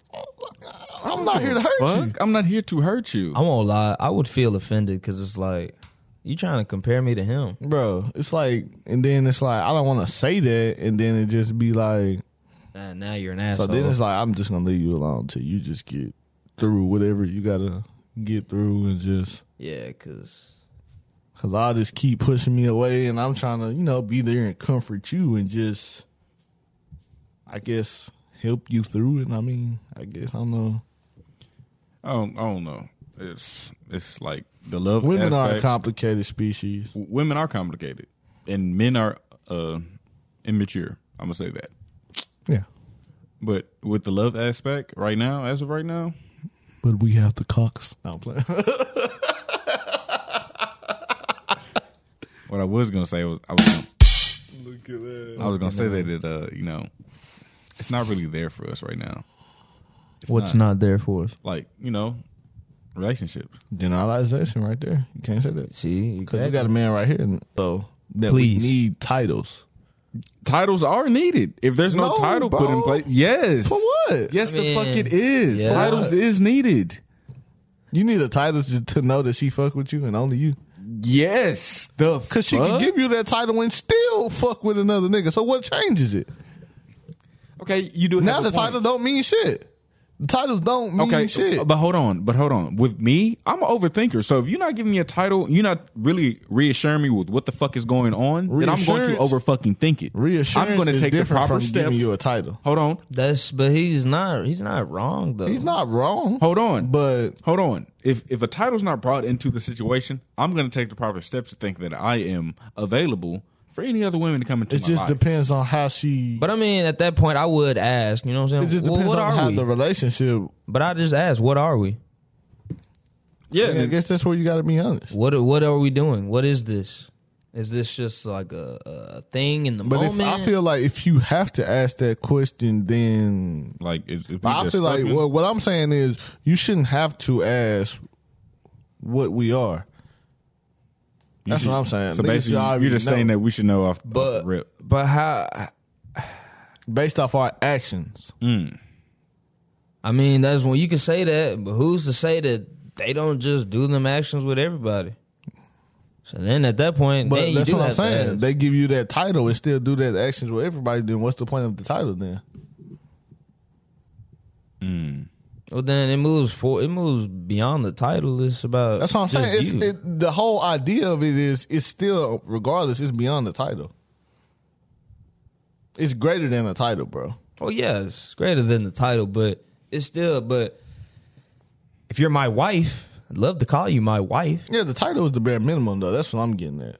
Speaker 3: I'm not here to hurt you.
Speaker 4: fuck? I'm not here to hurt you.
Speaker 2: I won't lie. I would feel offended because it's like you trying to compare me to him.
Speaker 3: Bro, it's like, and then it's like, I don't want to say that, and then it just be like,
Speaker 2: Nah, now you're an
Speaker 3: so
Speaker 2: asshole.
Speaker 3: then it's like, I'm just gonna leave you alone till you just get through whatever you gotta get through, and just,
Speaker 2: yeah, because
Speaker 3: cause I'll just keep pushing me away, and I'm trying to, you know, be there and comfort you, and just, I guess, help you through it. I mean, I guess, I don't know.
Speaker 4: I don't, I don't know. It's it's like the love
Speaker 3: Women are a
Speaker 4: aspect.
Speaker 3: complicated species.
Speaker 4: women are complicated, and men are uh, immature. I'm gonna say that.
Speaker 3: Yeah.
Speaker 4: But with the love aspect, right now, as of right now,
Speaker 3: But we have the cocks. No, I'm playing.
Speaker 4: what I was gonna say was I was gonna,
Speaker 3: Look at that.
Speaker 4: I was gonna say that it uh you know it's not really there for us right now. It's
Speaker 2: what's not there for us?
Speaker 4: like you know relationships.
Speaker 3: Generalization right there. You can't say that.
Speaker 2: See,
Speaker 3: Because
Speaker 2: exactly.
Speaker 3: we got a man right here, so that
Speaker 2: Please.
Speaker 3: we need titles.
Speaker 4: Titles are needed. If there's no,
Speaker 3: No,
Speaker 4: title put in
Speaker 3: bro.
Speaker 4: place, yes.
Speaker 3: For what?
Speaker 4: Yes,
Speaker 2: I mean,
Speaker 4: the fuck it is.
Speaker 2: yeah.
Speaker 4: Titles is needed.
Speaker 3: You need a title to, to know that she fuck with you and only you.
Speaker 4: Yes, the
Speaker 3: Because she can
Speaker 4: fuck?
Speaker 3: give you that title and still fuck with another nigga. So what changes it?
Speaker 4: Okay, you do.
Speaker 3: Now
Speaker 4: have a
Speaker 3: the
Speaker 4: point.
Speaker 3: title don't mean shit. The titles don't mean
Speaker 4: Okay,
Speaker 3: shit.
Speaker 4: but hold on, but hold on. With me, I'm an overthinker. So if you're not giving me a title, you're not really reassuring me with what the fuck is going on. Then I'm going to
Speaker 3: Reassurance-
Speaker 4: over fucking think it.
Speaker 3: Reassurance
Speaker 4: I'm going to
Speaker 3: is
Speaker 4: take the
Speaker 3: different
Speaker 4: proper
Speaker 3: from giving
Speaker 4: steps.
Speaker 3: you a title.
Speaker 4: hold on,
Speaker 2: That's but he's not. He's not wrong though.
Speaker 3: He's not wrong.
Speaker 4: hold on,
Speaker 3: But
Speaker 4: hold on. If if a title's not brought into the situation, I'm going to take the proper steps to think that I am available for any other women to come into
Speaker 3: it
Speaker 4: my
Speaker 3: just
Speaker 4: life.
Speaker 3: depends on how she.
Speaker 2: But I mean, at that point, I would ask. You know what I'm saying?
Speaker 3: it just
Speaker 2: Well,
Speaker 3: depends
Speaker 2: what
Speaker 3: on
Speaker 2: are
Speaker 3: how
Speaker 2: we?
Speaker 3: the relationship.
Speaker 2: but I just asked, what are we?
Speaker 4: yeah,
Speaker 3: I guess that's where you got to be honest.
Speaker 2: What what are we doing? What is this? Is this just like a, a thing in the
Speaker 3: But if,
Speaker 2: moment?
Speaker 3: I feel like if you have to ask that question, then
Speaker 4: like it's, if we
Speaker 3: But I
Speaker 4: just
Speaker 3: feel like
Speaker 4: fucking-
Speaker 3: what, what I'm saying is you shouldn't have to ask what we are.
Speaker 4: you
Speaker 3: that's
Speaker 4: should-
Speaker 3: what I'm saying.
Speaker 4: So
Speaker 3: Niggas should
Speaker 4: basically,
Speaker 3: already
Speaker 4: you're just
Speaker 3: know.
Speaker 4: saying that we should know off, off
Speaker 2: but
Speaker 4: the rip.
Speaker 2: but how?
Speaker 3: Based off our actions.
Speaker 2: I mean, that's when you can say that. But who's to say that they don't just do them actions with everybody? So then, at that point,
Speaker 3: But
Speaker 2: then you
Speaker 3: that's
Speaker 2: do
Speaker 3: what I'm
Speaker 2: have to
Speaker 3: saying.
Speaker 2: ask.
Speaker 3: They give you that title and still do that actions with everybody, then what's the point of the title then?
Speaker 2: Well, then it moves for it moves beyond the title. It's about
Speaker 3: That's what I'm
Speaker 2: just
Speaker 3: saying. It's,
Speaker 2: you.
Speaker 3: it, the whole idea of it is it's still regardless, it's beyond the title. It's greater than a title, bro.
Speaker 2: oh yeah, it's greater than the title, but it's still. But if you're my wife, I'd love to call you my wife.
Speaker 3: Yeah, the title is the bare minimum though. That's what I'm getting at.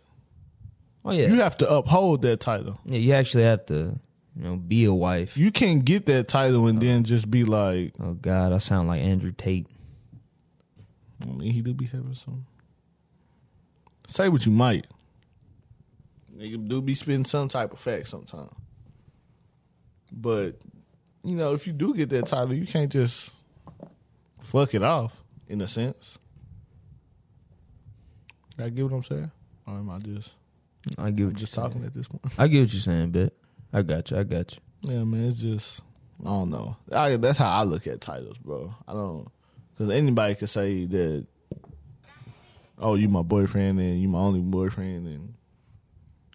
Speaker 2: Oh yeah,
Speaker 3: You have to uphold that title.
Speaker 2: yeah. You actually have to, you know, be a wife.
Speaker 3: You can't get that title and then just be like,
Speaker 2: Oh God, I sound like Andrew Tate.
Speaker 3: I mean, he do be having some. Say what you might. Nigga do be spitting some type of fact sometimes. But, you know, if you do get that title, you can't just fuck it off, in a sense. I get what I'm saying? Or am I just
Speaker 2: I get what
Speaker 3: just
Speaker 2: you're
Speaker 3: talking
Speaker 2: Saying.
Speaker 3: at this point?
Speaker 2: I get what you're saying, bet. I got you. I got you.
Speaker 3: Yeah, man, it's just I don't know. I, that's how I look at titles, bro. I don't because anybody could say that. Oh, you my boyfriend, and you my only boyfriend, and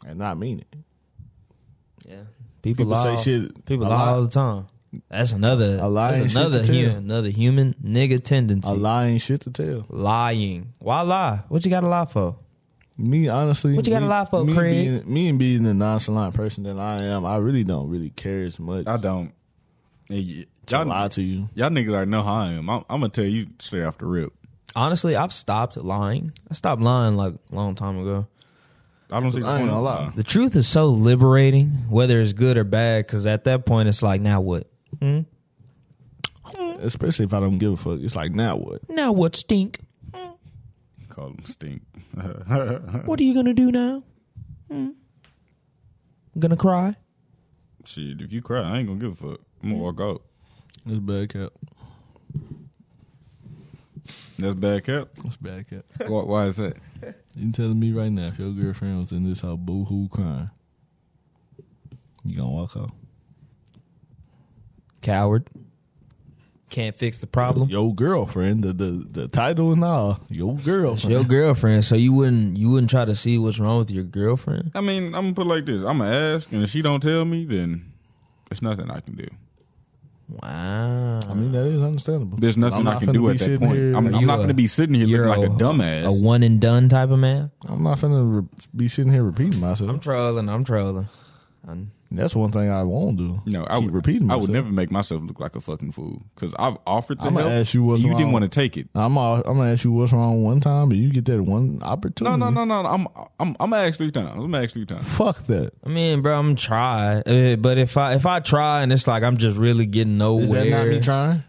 Speaker 3: and not mean it.
Speaker 2: Yeah. People,
Speaker 3: People
Speaker 2: lie.
Speaker 3: say shit
Speaker 2: People
Speaker 3: a
Speaker 2: lie
Speaker 3: lot.
Speaker 2: all the time. That's another.
Speaker 3: A lie
Speaker 2: that's
Speaker 3: ain't shit
Speaker 2: another
Speaker 3: to
Speaker 2: human.
Speaker 3: tell.
Speaker 2: Another human nigga tendency.
Speaker 3: A lie ain't shit to tell.
Speaker 2: Lying. Why lie? What you got to lie for?
Speaker 3: Me honestly,
Speaker 2: What you got
Speaker 3: me-
Speaker 2: a lie for,
Speaker 3: me
Speaker 2: Craig?
Speaker 3: Being, me and being the nonchalant person that I am, I really don't really care as much
Speaker 4: I don't. Yeah, yeah.
Speaker 3: to
Speaker 4: Y'all-
Speaker 3: lie to you.
Speaker 4: Y'all niggas already know how I am. I'm, I'm gonna tell you straight off the rip.
Speaker 2: Honestly, I've stopped lying. I stopped lying like a long time ago.
Speaker 4: I don't see. the
Speaker 3: I ain't
Speaker 4: point.
Speaker 3: gonna lie.
Speaker 2: The truth is so liberating, whether it's good or bad, because at that point it's like, now what?
Speaker 3: Especially if I don't give a fuck. It's like now what?
Speaker 2: Now what stink?
Speaker 5: call him Stink.
Speaker 2: What are you gonna do now? Hmm. Gonna cry?
Speaker 5: Shit, if you cry, I ain't gonna give a fuck. I'm gonna walk out.
Speaker 3: That's bad cap.
Speaker 5: That's bad cap.
Speaker 3: That's bad cap.
Speaker 5: why, why is that?
Speaker 3: You telling me right now if your girlfriend was in this whole boo hoo crying, you gonna walk out?
Speaker 2: Coward. Can't fix the problem.
Speaker 3: Your girlfriend, the the, the title and all, your
Speaker 2: It's
Speaker 3: girlfriend.
Speaker 2: your girlfriend, so you wouldn't you wouldn't try to see what's wrong with your girlfriend.
Speaker 5: I mean, I'm gonna put it like this. I'm gonna ask, and if she don't tell me, then there's nothing I can do.
Speaker 2: Wow.
Speaker 3: I mean that is understandable.
Speaker 5: There's nothing
Speaker 3: I'm
Speaker 5: I
Speaker 3: not
Speaker 5: can do
Speaker 3: finna
Speaker 5: at
Speaker 3: be
Speaker 5: that
Speaker 3: sitting
Speaker 5: point.
Speaker 3: here-
Speaker 5: I'm, I'm
Speaker 2: You
Speaker 5: not
Speaker 2: a-
Speaker 5: gonna be sitting here
Speaker 2: You're
Speaker 5: looking like a dumbass.
Speaker 2: a one and done type of man.
Speaker 3: I'm not finna re- be sitting here repeating myself.
Speaker 2: I'm trolling. I'm trolling. I'm,
Speaker 3: That's one thing I won't do.
Speaker 5: no, I
Speaker 3: Keep
Speaker 5: would
Speaker 3: repeating
Speaker 5: I would
Speaker 3: myself.
Speaker 5: never make myself look like a fucking fool because I've offered the
Speaker 3: I'ma
Speaker 5: help.
Speaker 3: ask you what's
Speaker 5: you didn't
Speaker 3: wrong.
Speaker 5: want to take it.
Speaker 3: I'm all, I'm gonna ask you what's wrong one time, but you get that one
Speaker 5: No,
Speaker 3: opportunity.
Speaker 5: no, no, no. no. I'm I'm I'm gonna ask three times. I'm gonna ask three times.
Speaker 3: Fuck that.
Speaker 2: I mean, bro, I'm try, Uh, but if I if I try and it's like I'm just really getting nowhere,
Speaker 3: Is that not me trying?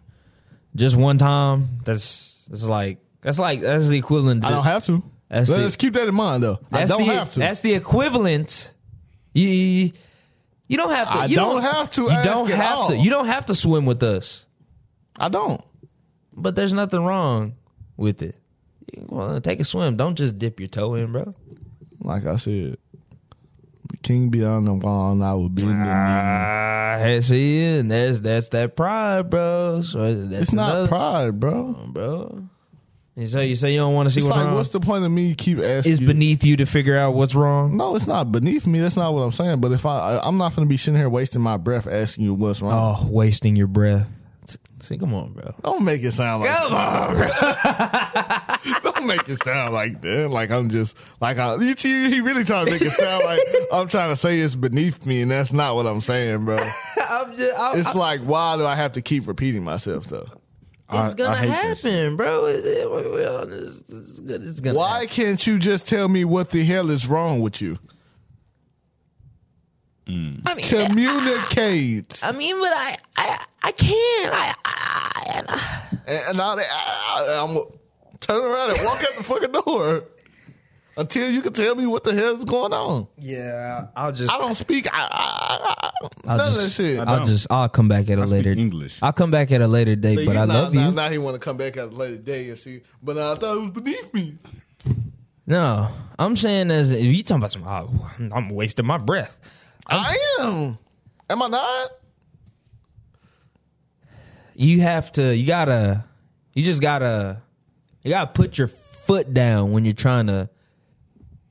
Speaker 2: just one time, that's that's like that's like that's the equivalent. To,
Speaker 3: I don't have to.
Speaker 2: That's
Speaker 3: Let's
Speaker 2: it.
Speaker 3: keep that in mind though. I
Speaker 2: that's
Speaker 3: don't
Speaker 2: the,
Speaker 3: have to.
Speaker 2: That's the equivalent. You, you, you don't have to.
Speaker 3: I
Speaker 2: you
Speaker 3: don't have to
Speaker 2: You
Speaker 3: ask
Speaker 2: don't
Speaker 3: at
Speaker 2: have
Speaker 3: all.
Speaker 2: to. You don't have to swim with us.
Speaker 3: I don't.
Speaker 2: But there's nothing wrong with it. You can go on, take a swim. Don't just dip your toe in, bro.
Speaker 3: Like I said, the king be on the wall and I will bend the knee.
Speaker 2: Ah, uh, see, and there's that's that pride, bro. So that's
Speaker 3: It's not
Speaker 2: another-
Speaker 3: pride, bro.
Speaker 2: bro. And so you say you don't want to see
Speaker 3: It's
Speaker 2: what's
Speaker 3: like,
Speaker 2: wrong.
Speaker 3: what's the point of me keep asking?
Speaker 2: it's
Speaker 3: you-
Speaker 2: beneath you to figure out what's wrong.
Speaker 3: No, it's not beneath me. That's not what I'm saying. But if I, I I'm not going to be sitting here wasting my breath asking you what's wrong.
Speaker 2: Oh, wasting your breath. See, come on, bro.
Speaker 3: Don't make it sound like. Come on, Don't make it sound like that. Like I'm just like I. You see, he really trying to make it sound like I'm trying to say it's beneath me, and that's not what I'm saying, bro.
Speaker 2: I'm just,
Speaker 3: It's like why do I have to keep repeating myself though?
Speaker 5: I-
Speaker 2: it's gonna
Speaker 5: I hate this.
Speaker 2: happen, bro. It- it- well, it's, it's gonna- it's gonna
Speaker 3: Why
Speaker 2: happen.
Speaker 3: can't you just tell me what the hell is wrong with you?
Speaker 2: I mean,
Speaker 3: Communicate.
Speaker 2: I mean, but I, I, I can't. I, I, uh, I,
Speaker 3: And, and all that, ah, I'm gonna turn around and walk out the fucking door until you can tell me what the hell's going on.
Speaker 2: yeah. I'll just,
Speaker 3: I don't speak. I, I, I, I,
Speaker 2: I'll
Speaker 3: none
Speaker 2: just,
Speaker 3: of that shit.
Speaker 5: I
Speaker 2: I'll
Speaker 5: don't.
Speaker 2: just, I'll come back at a
Speaker 5: I speak
Speaker 2: later.
Speaker 5: English.
Speaker 2: I'll come back at a later date,
Speaker 3: See,
Speaker 2: but I
Speaker 3: now,
Speaker 2: love
Speaker 3: now,
Speaker 2: you.
Speaker 3: Now he want to come back at a later day and see, but I thought it was beneath me.
Speaker 2: No, I'm saying as if you talking about some, oh, I'm wasting my breath.
Speaker 3: I am. Am I not?
Speaker 2: you have to you gotta you just gotta you gotta put your foot down when you're trying to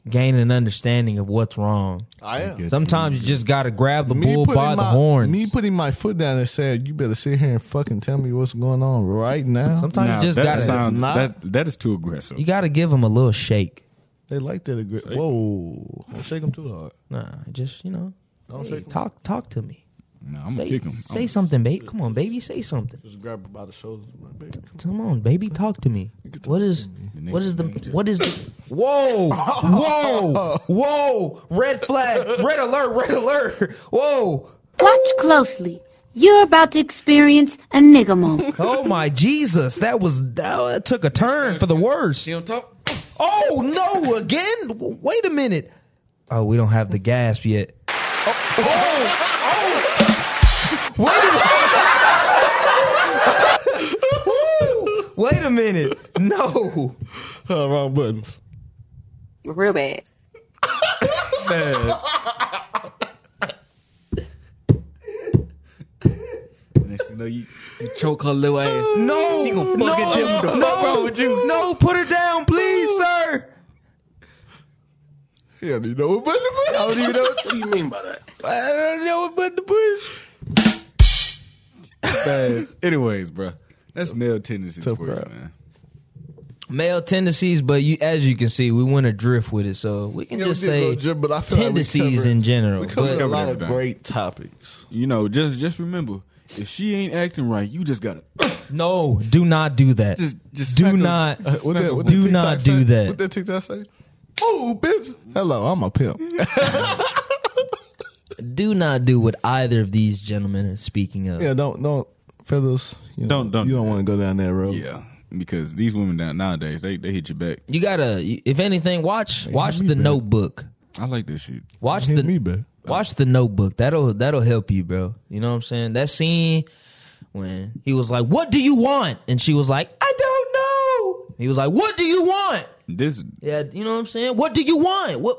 Speaker 2: gain an understanding of what's wrong
Speaker 3: I am.
Speaker 2: sometimes you just gotta grab the
Speaker 3: Me
Speaker 2: bull
Speaker 3: putting,
Speaker 2: by
Speaker 3: my,
Speaker 2: the horns
Speaker 3: me putting my foot down and saying, "You better sit here and fucking tell me what's going on right now."
Speaker 2: sometimes
Speaker 5: Nah,
Speaker 2: you just
Speaker 5: that
Speaker 2: gotta
Speaker 5: sounds-
Speaker 3: Not-
Speaker 5: that that is too aggressive.
Speaker 2: you gotta give them a little shake
Speaker 3: They like that. Agri- Whoa! Don't shake them too hard.
Speaker 2: nah just you know
Speaker 3: Don't
Speaker 2: hey,
Speaker 3: shake 'em.
Speaker 2: talk talk to me
Speaker 5: No, I'm gonna
Speaker 2: say,
Speaker 5: kick him.
Speaker 2: say something babe come on baby say something
Speaker 3: Just grab her by the shoulders. My baby.
Speaker 2: come on baby talk to me what is what is the what is the whoa whoa whoa red flag red alert red alert whoa
Speaker 6: Watch closely. You're about to experience a nigga moment.
Speaker 2: Oh my Jesus! That was that took a turn for the worse.
Speaker 4: She on top.
Speaker 2: Oh no! Again? W- Wait a minute. Oh, we don't have the gasp yet. Oh! oh, oh. Wait a minute. Woo. Wait a minute. No.
Speaker 3: Uh, wrong buttons.
Speaker 7: Real bad.
Speaker 5: Next, you know, you,
Speaker 4: Choke her little ass.
Speaker 2: No. no. no. No. Put her down, please, sir.
Speaker 3: Yeah, you know what button to push. I don't even know. What do you mean by that?
Speaker 2: I don't know what button to push.
Speaker 5: bad. Anyways, bro, that's male tendencies for
Speaker 3: Tough
Speaker 5: you,
Speaker 3: crowd.
Speaker 5: man.
Speaker 2: Male tendencies, but you, as you can see, we went adrift with it, so we can
Speaker 3: Yeah, we
Speaker 2: just
Speaker 3: did go
Speaker 2: say
Speaker 3: gym, but I feel like we
Speaker 2: tendencies
Speaker 3: covered-
Speaker 2: in general.
Speaker 3: We covered a
Speaker 2: But-
Speaker 3: lot of
Speaker 5: everything.
Speaker 3: great topics.
Speaker 5: You know, just just remember, if she ain't acting right, you just gotta
Speaker 2: No, do not do that.
Speaker 5: Just- just smack
Speaker 2: do
Speaker 5: him.
Speaker 2: not
Speaker 5: Uh, what
Speaker 3: that-
Speaker 2: do
Speaker 3: that
Speaker 2: not
Speaker 3: TikTok
Speaker 2: do
Speaker 3: say?
Speaker 2: that.
Speaker 3: What that TikTok say? Oh, bitch! Hello, I'm a pimp.
Speaker 2: do not do what either of these gentlemen are speaking of.
Speaker 3: yeah, don't don't fellas. You know,
Speaker 5: Don't- don't
Speaker 3: You
Speaker 5: do
Speaker 3: don't
Speaker 5: that.
Speaker 3: want to go down that road.
Speaker 5: yeah.
Speaker 4: because these women down nowadays they they hit you back.
Speaker 2: You gotta, if anything, watch watch
Speaker 3: me
Speaker 2: the
Speaker 3: back.
Speaker 2: Notebook.
Speaker 4: I like this shit.
Speaker 2: Watch
Speaker 3: Hit
Speaker 2: the
Speaker 3: me back.
Speaker 2: watch the Notebook. That'll that'll help you, bro. You know what I'm saying? That scene when he was like, "What do you want?" and she was like, "I don't know." He was like, "What do you want?"
Speaker 4: This
Speaker 2: Yeah, you know what I'm saying? What do you want? What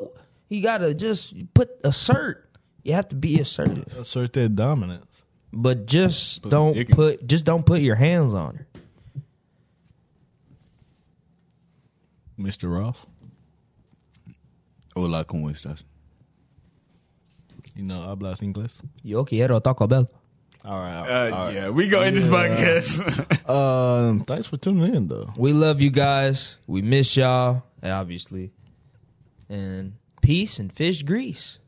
Speaker 2: you gotta just put assert. You have to be assertive,
Speaker 3: Assert that dominance.
Speaker 2: but just don't
Speaker 4: dick in-
Speaker 2: put just don't put your hands on her.
Speaker 3: Mr. Ross.
Speaker 4: hola cómo estás?
Speaker 3: You know, hablas inglés.
Speaker 2: Yo quiero Taco Bell.
Speaker 3: All right.
Speaker 4: Uh, Yeah, we go in this podcast.
Speaker 3: Um, thanks for tuning in, though.
Speaker 2: We love you guys. We miss y'all, obviously. And peace and fish grease.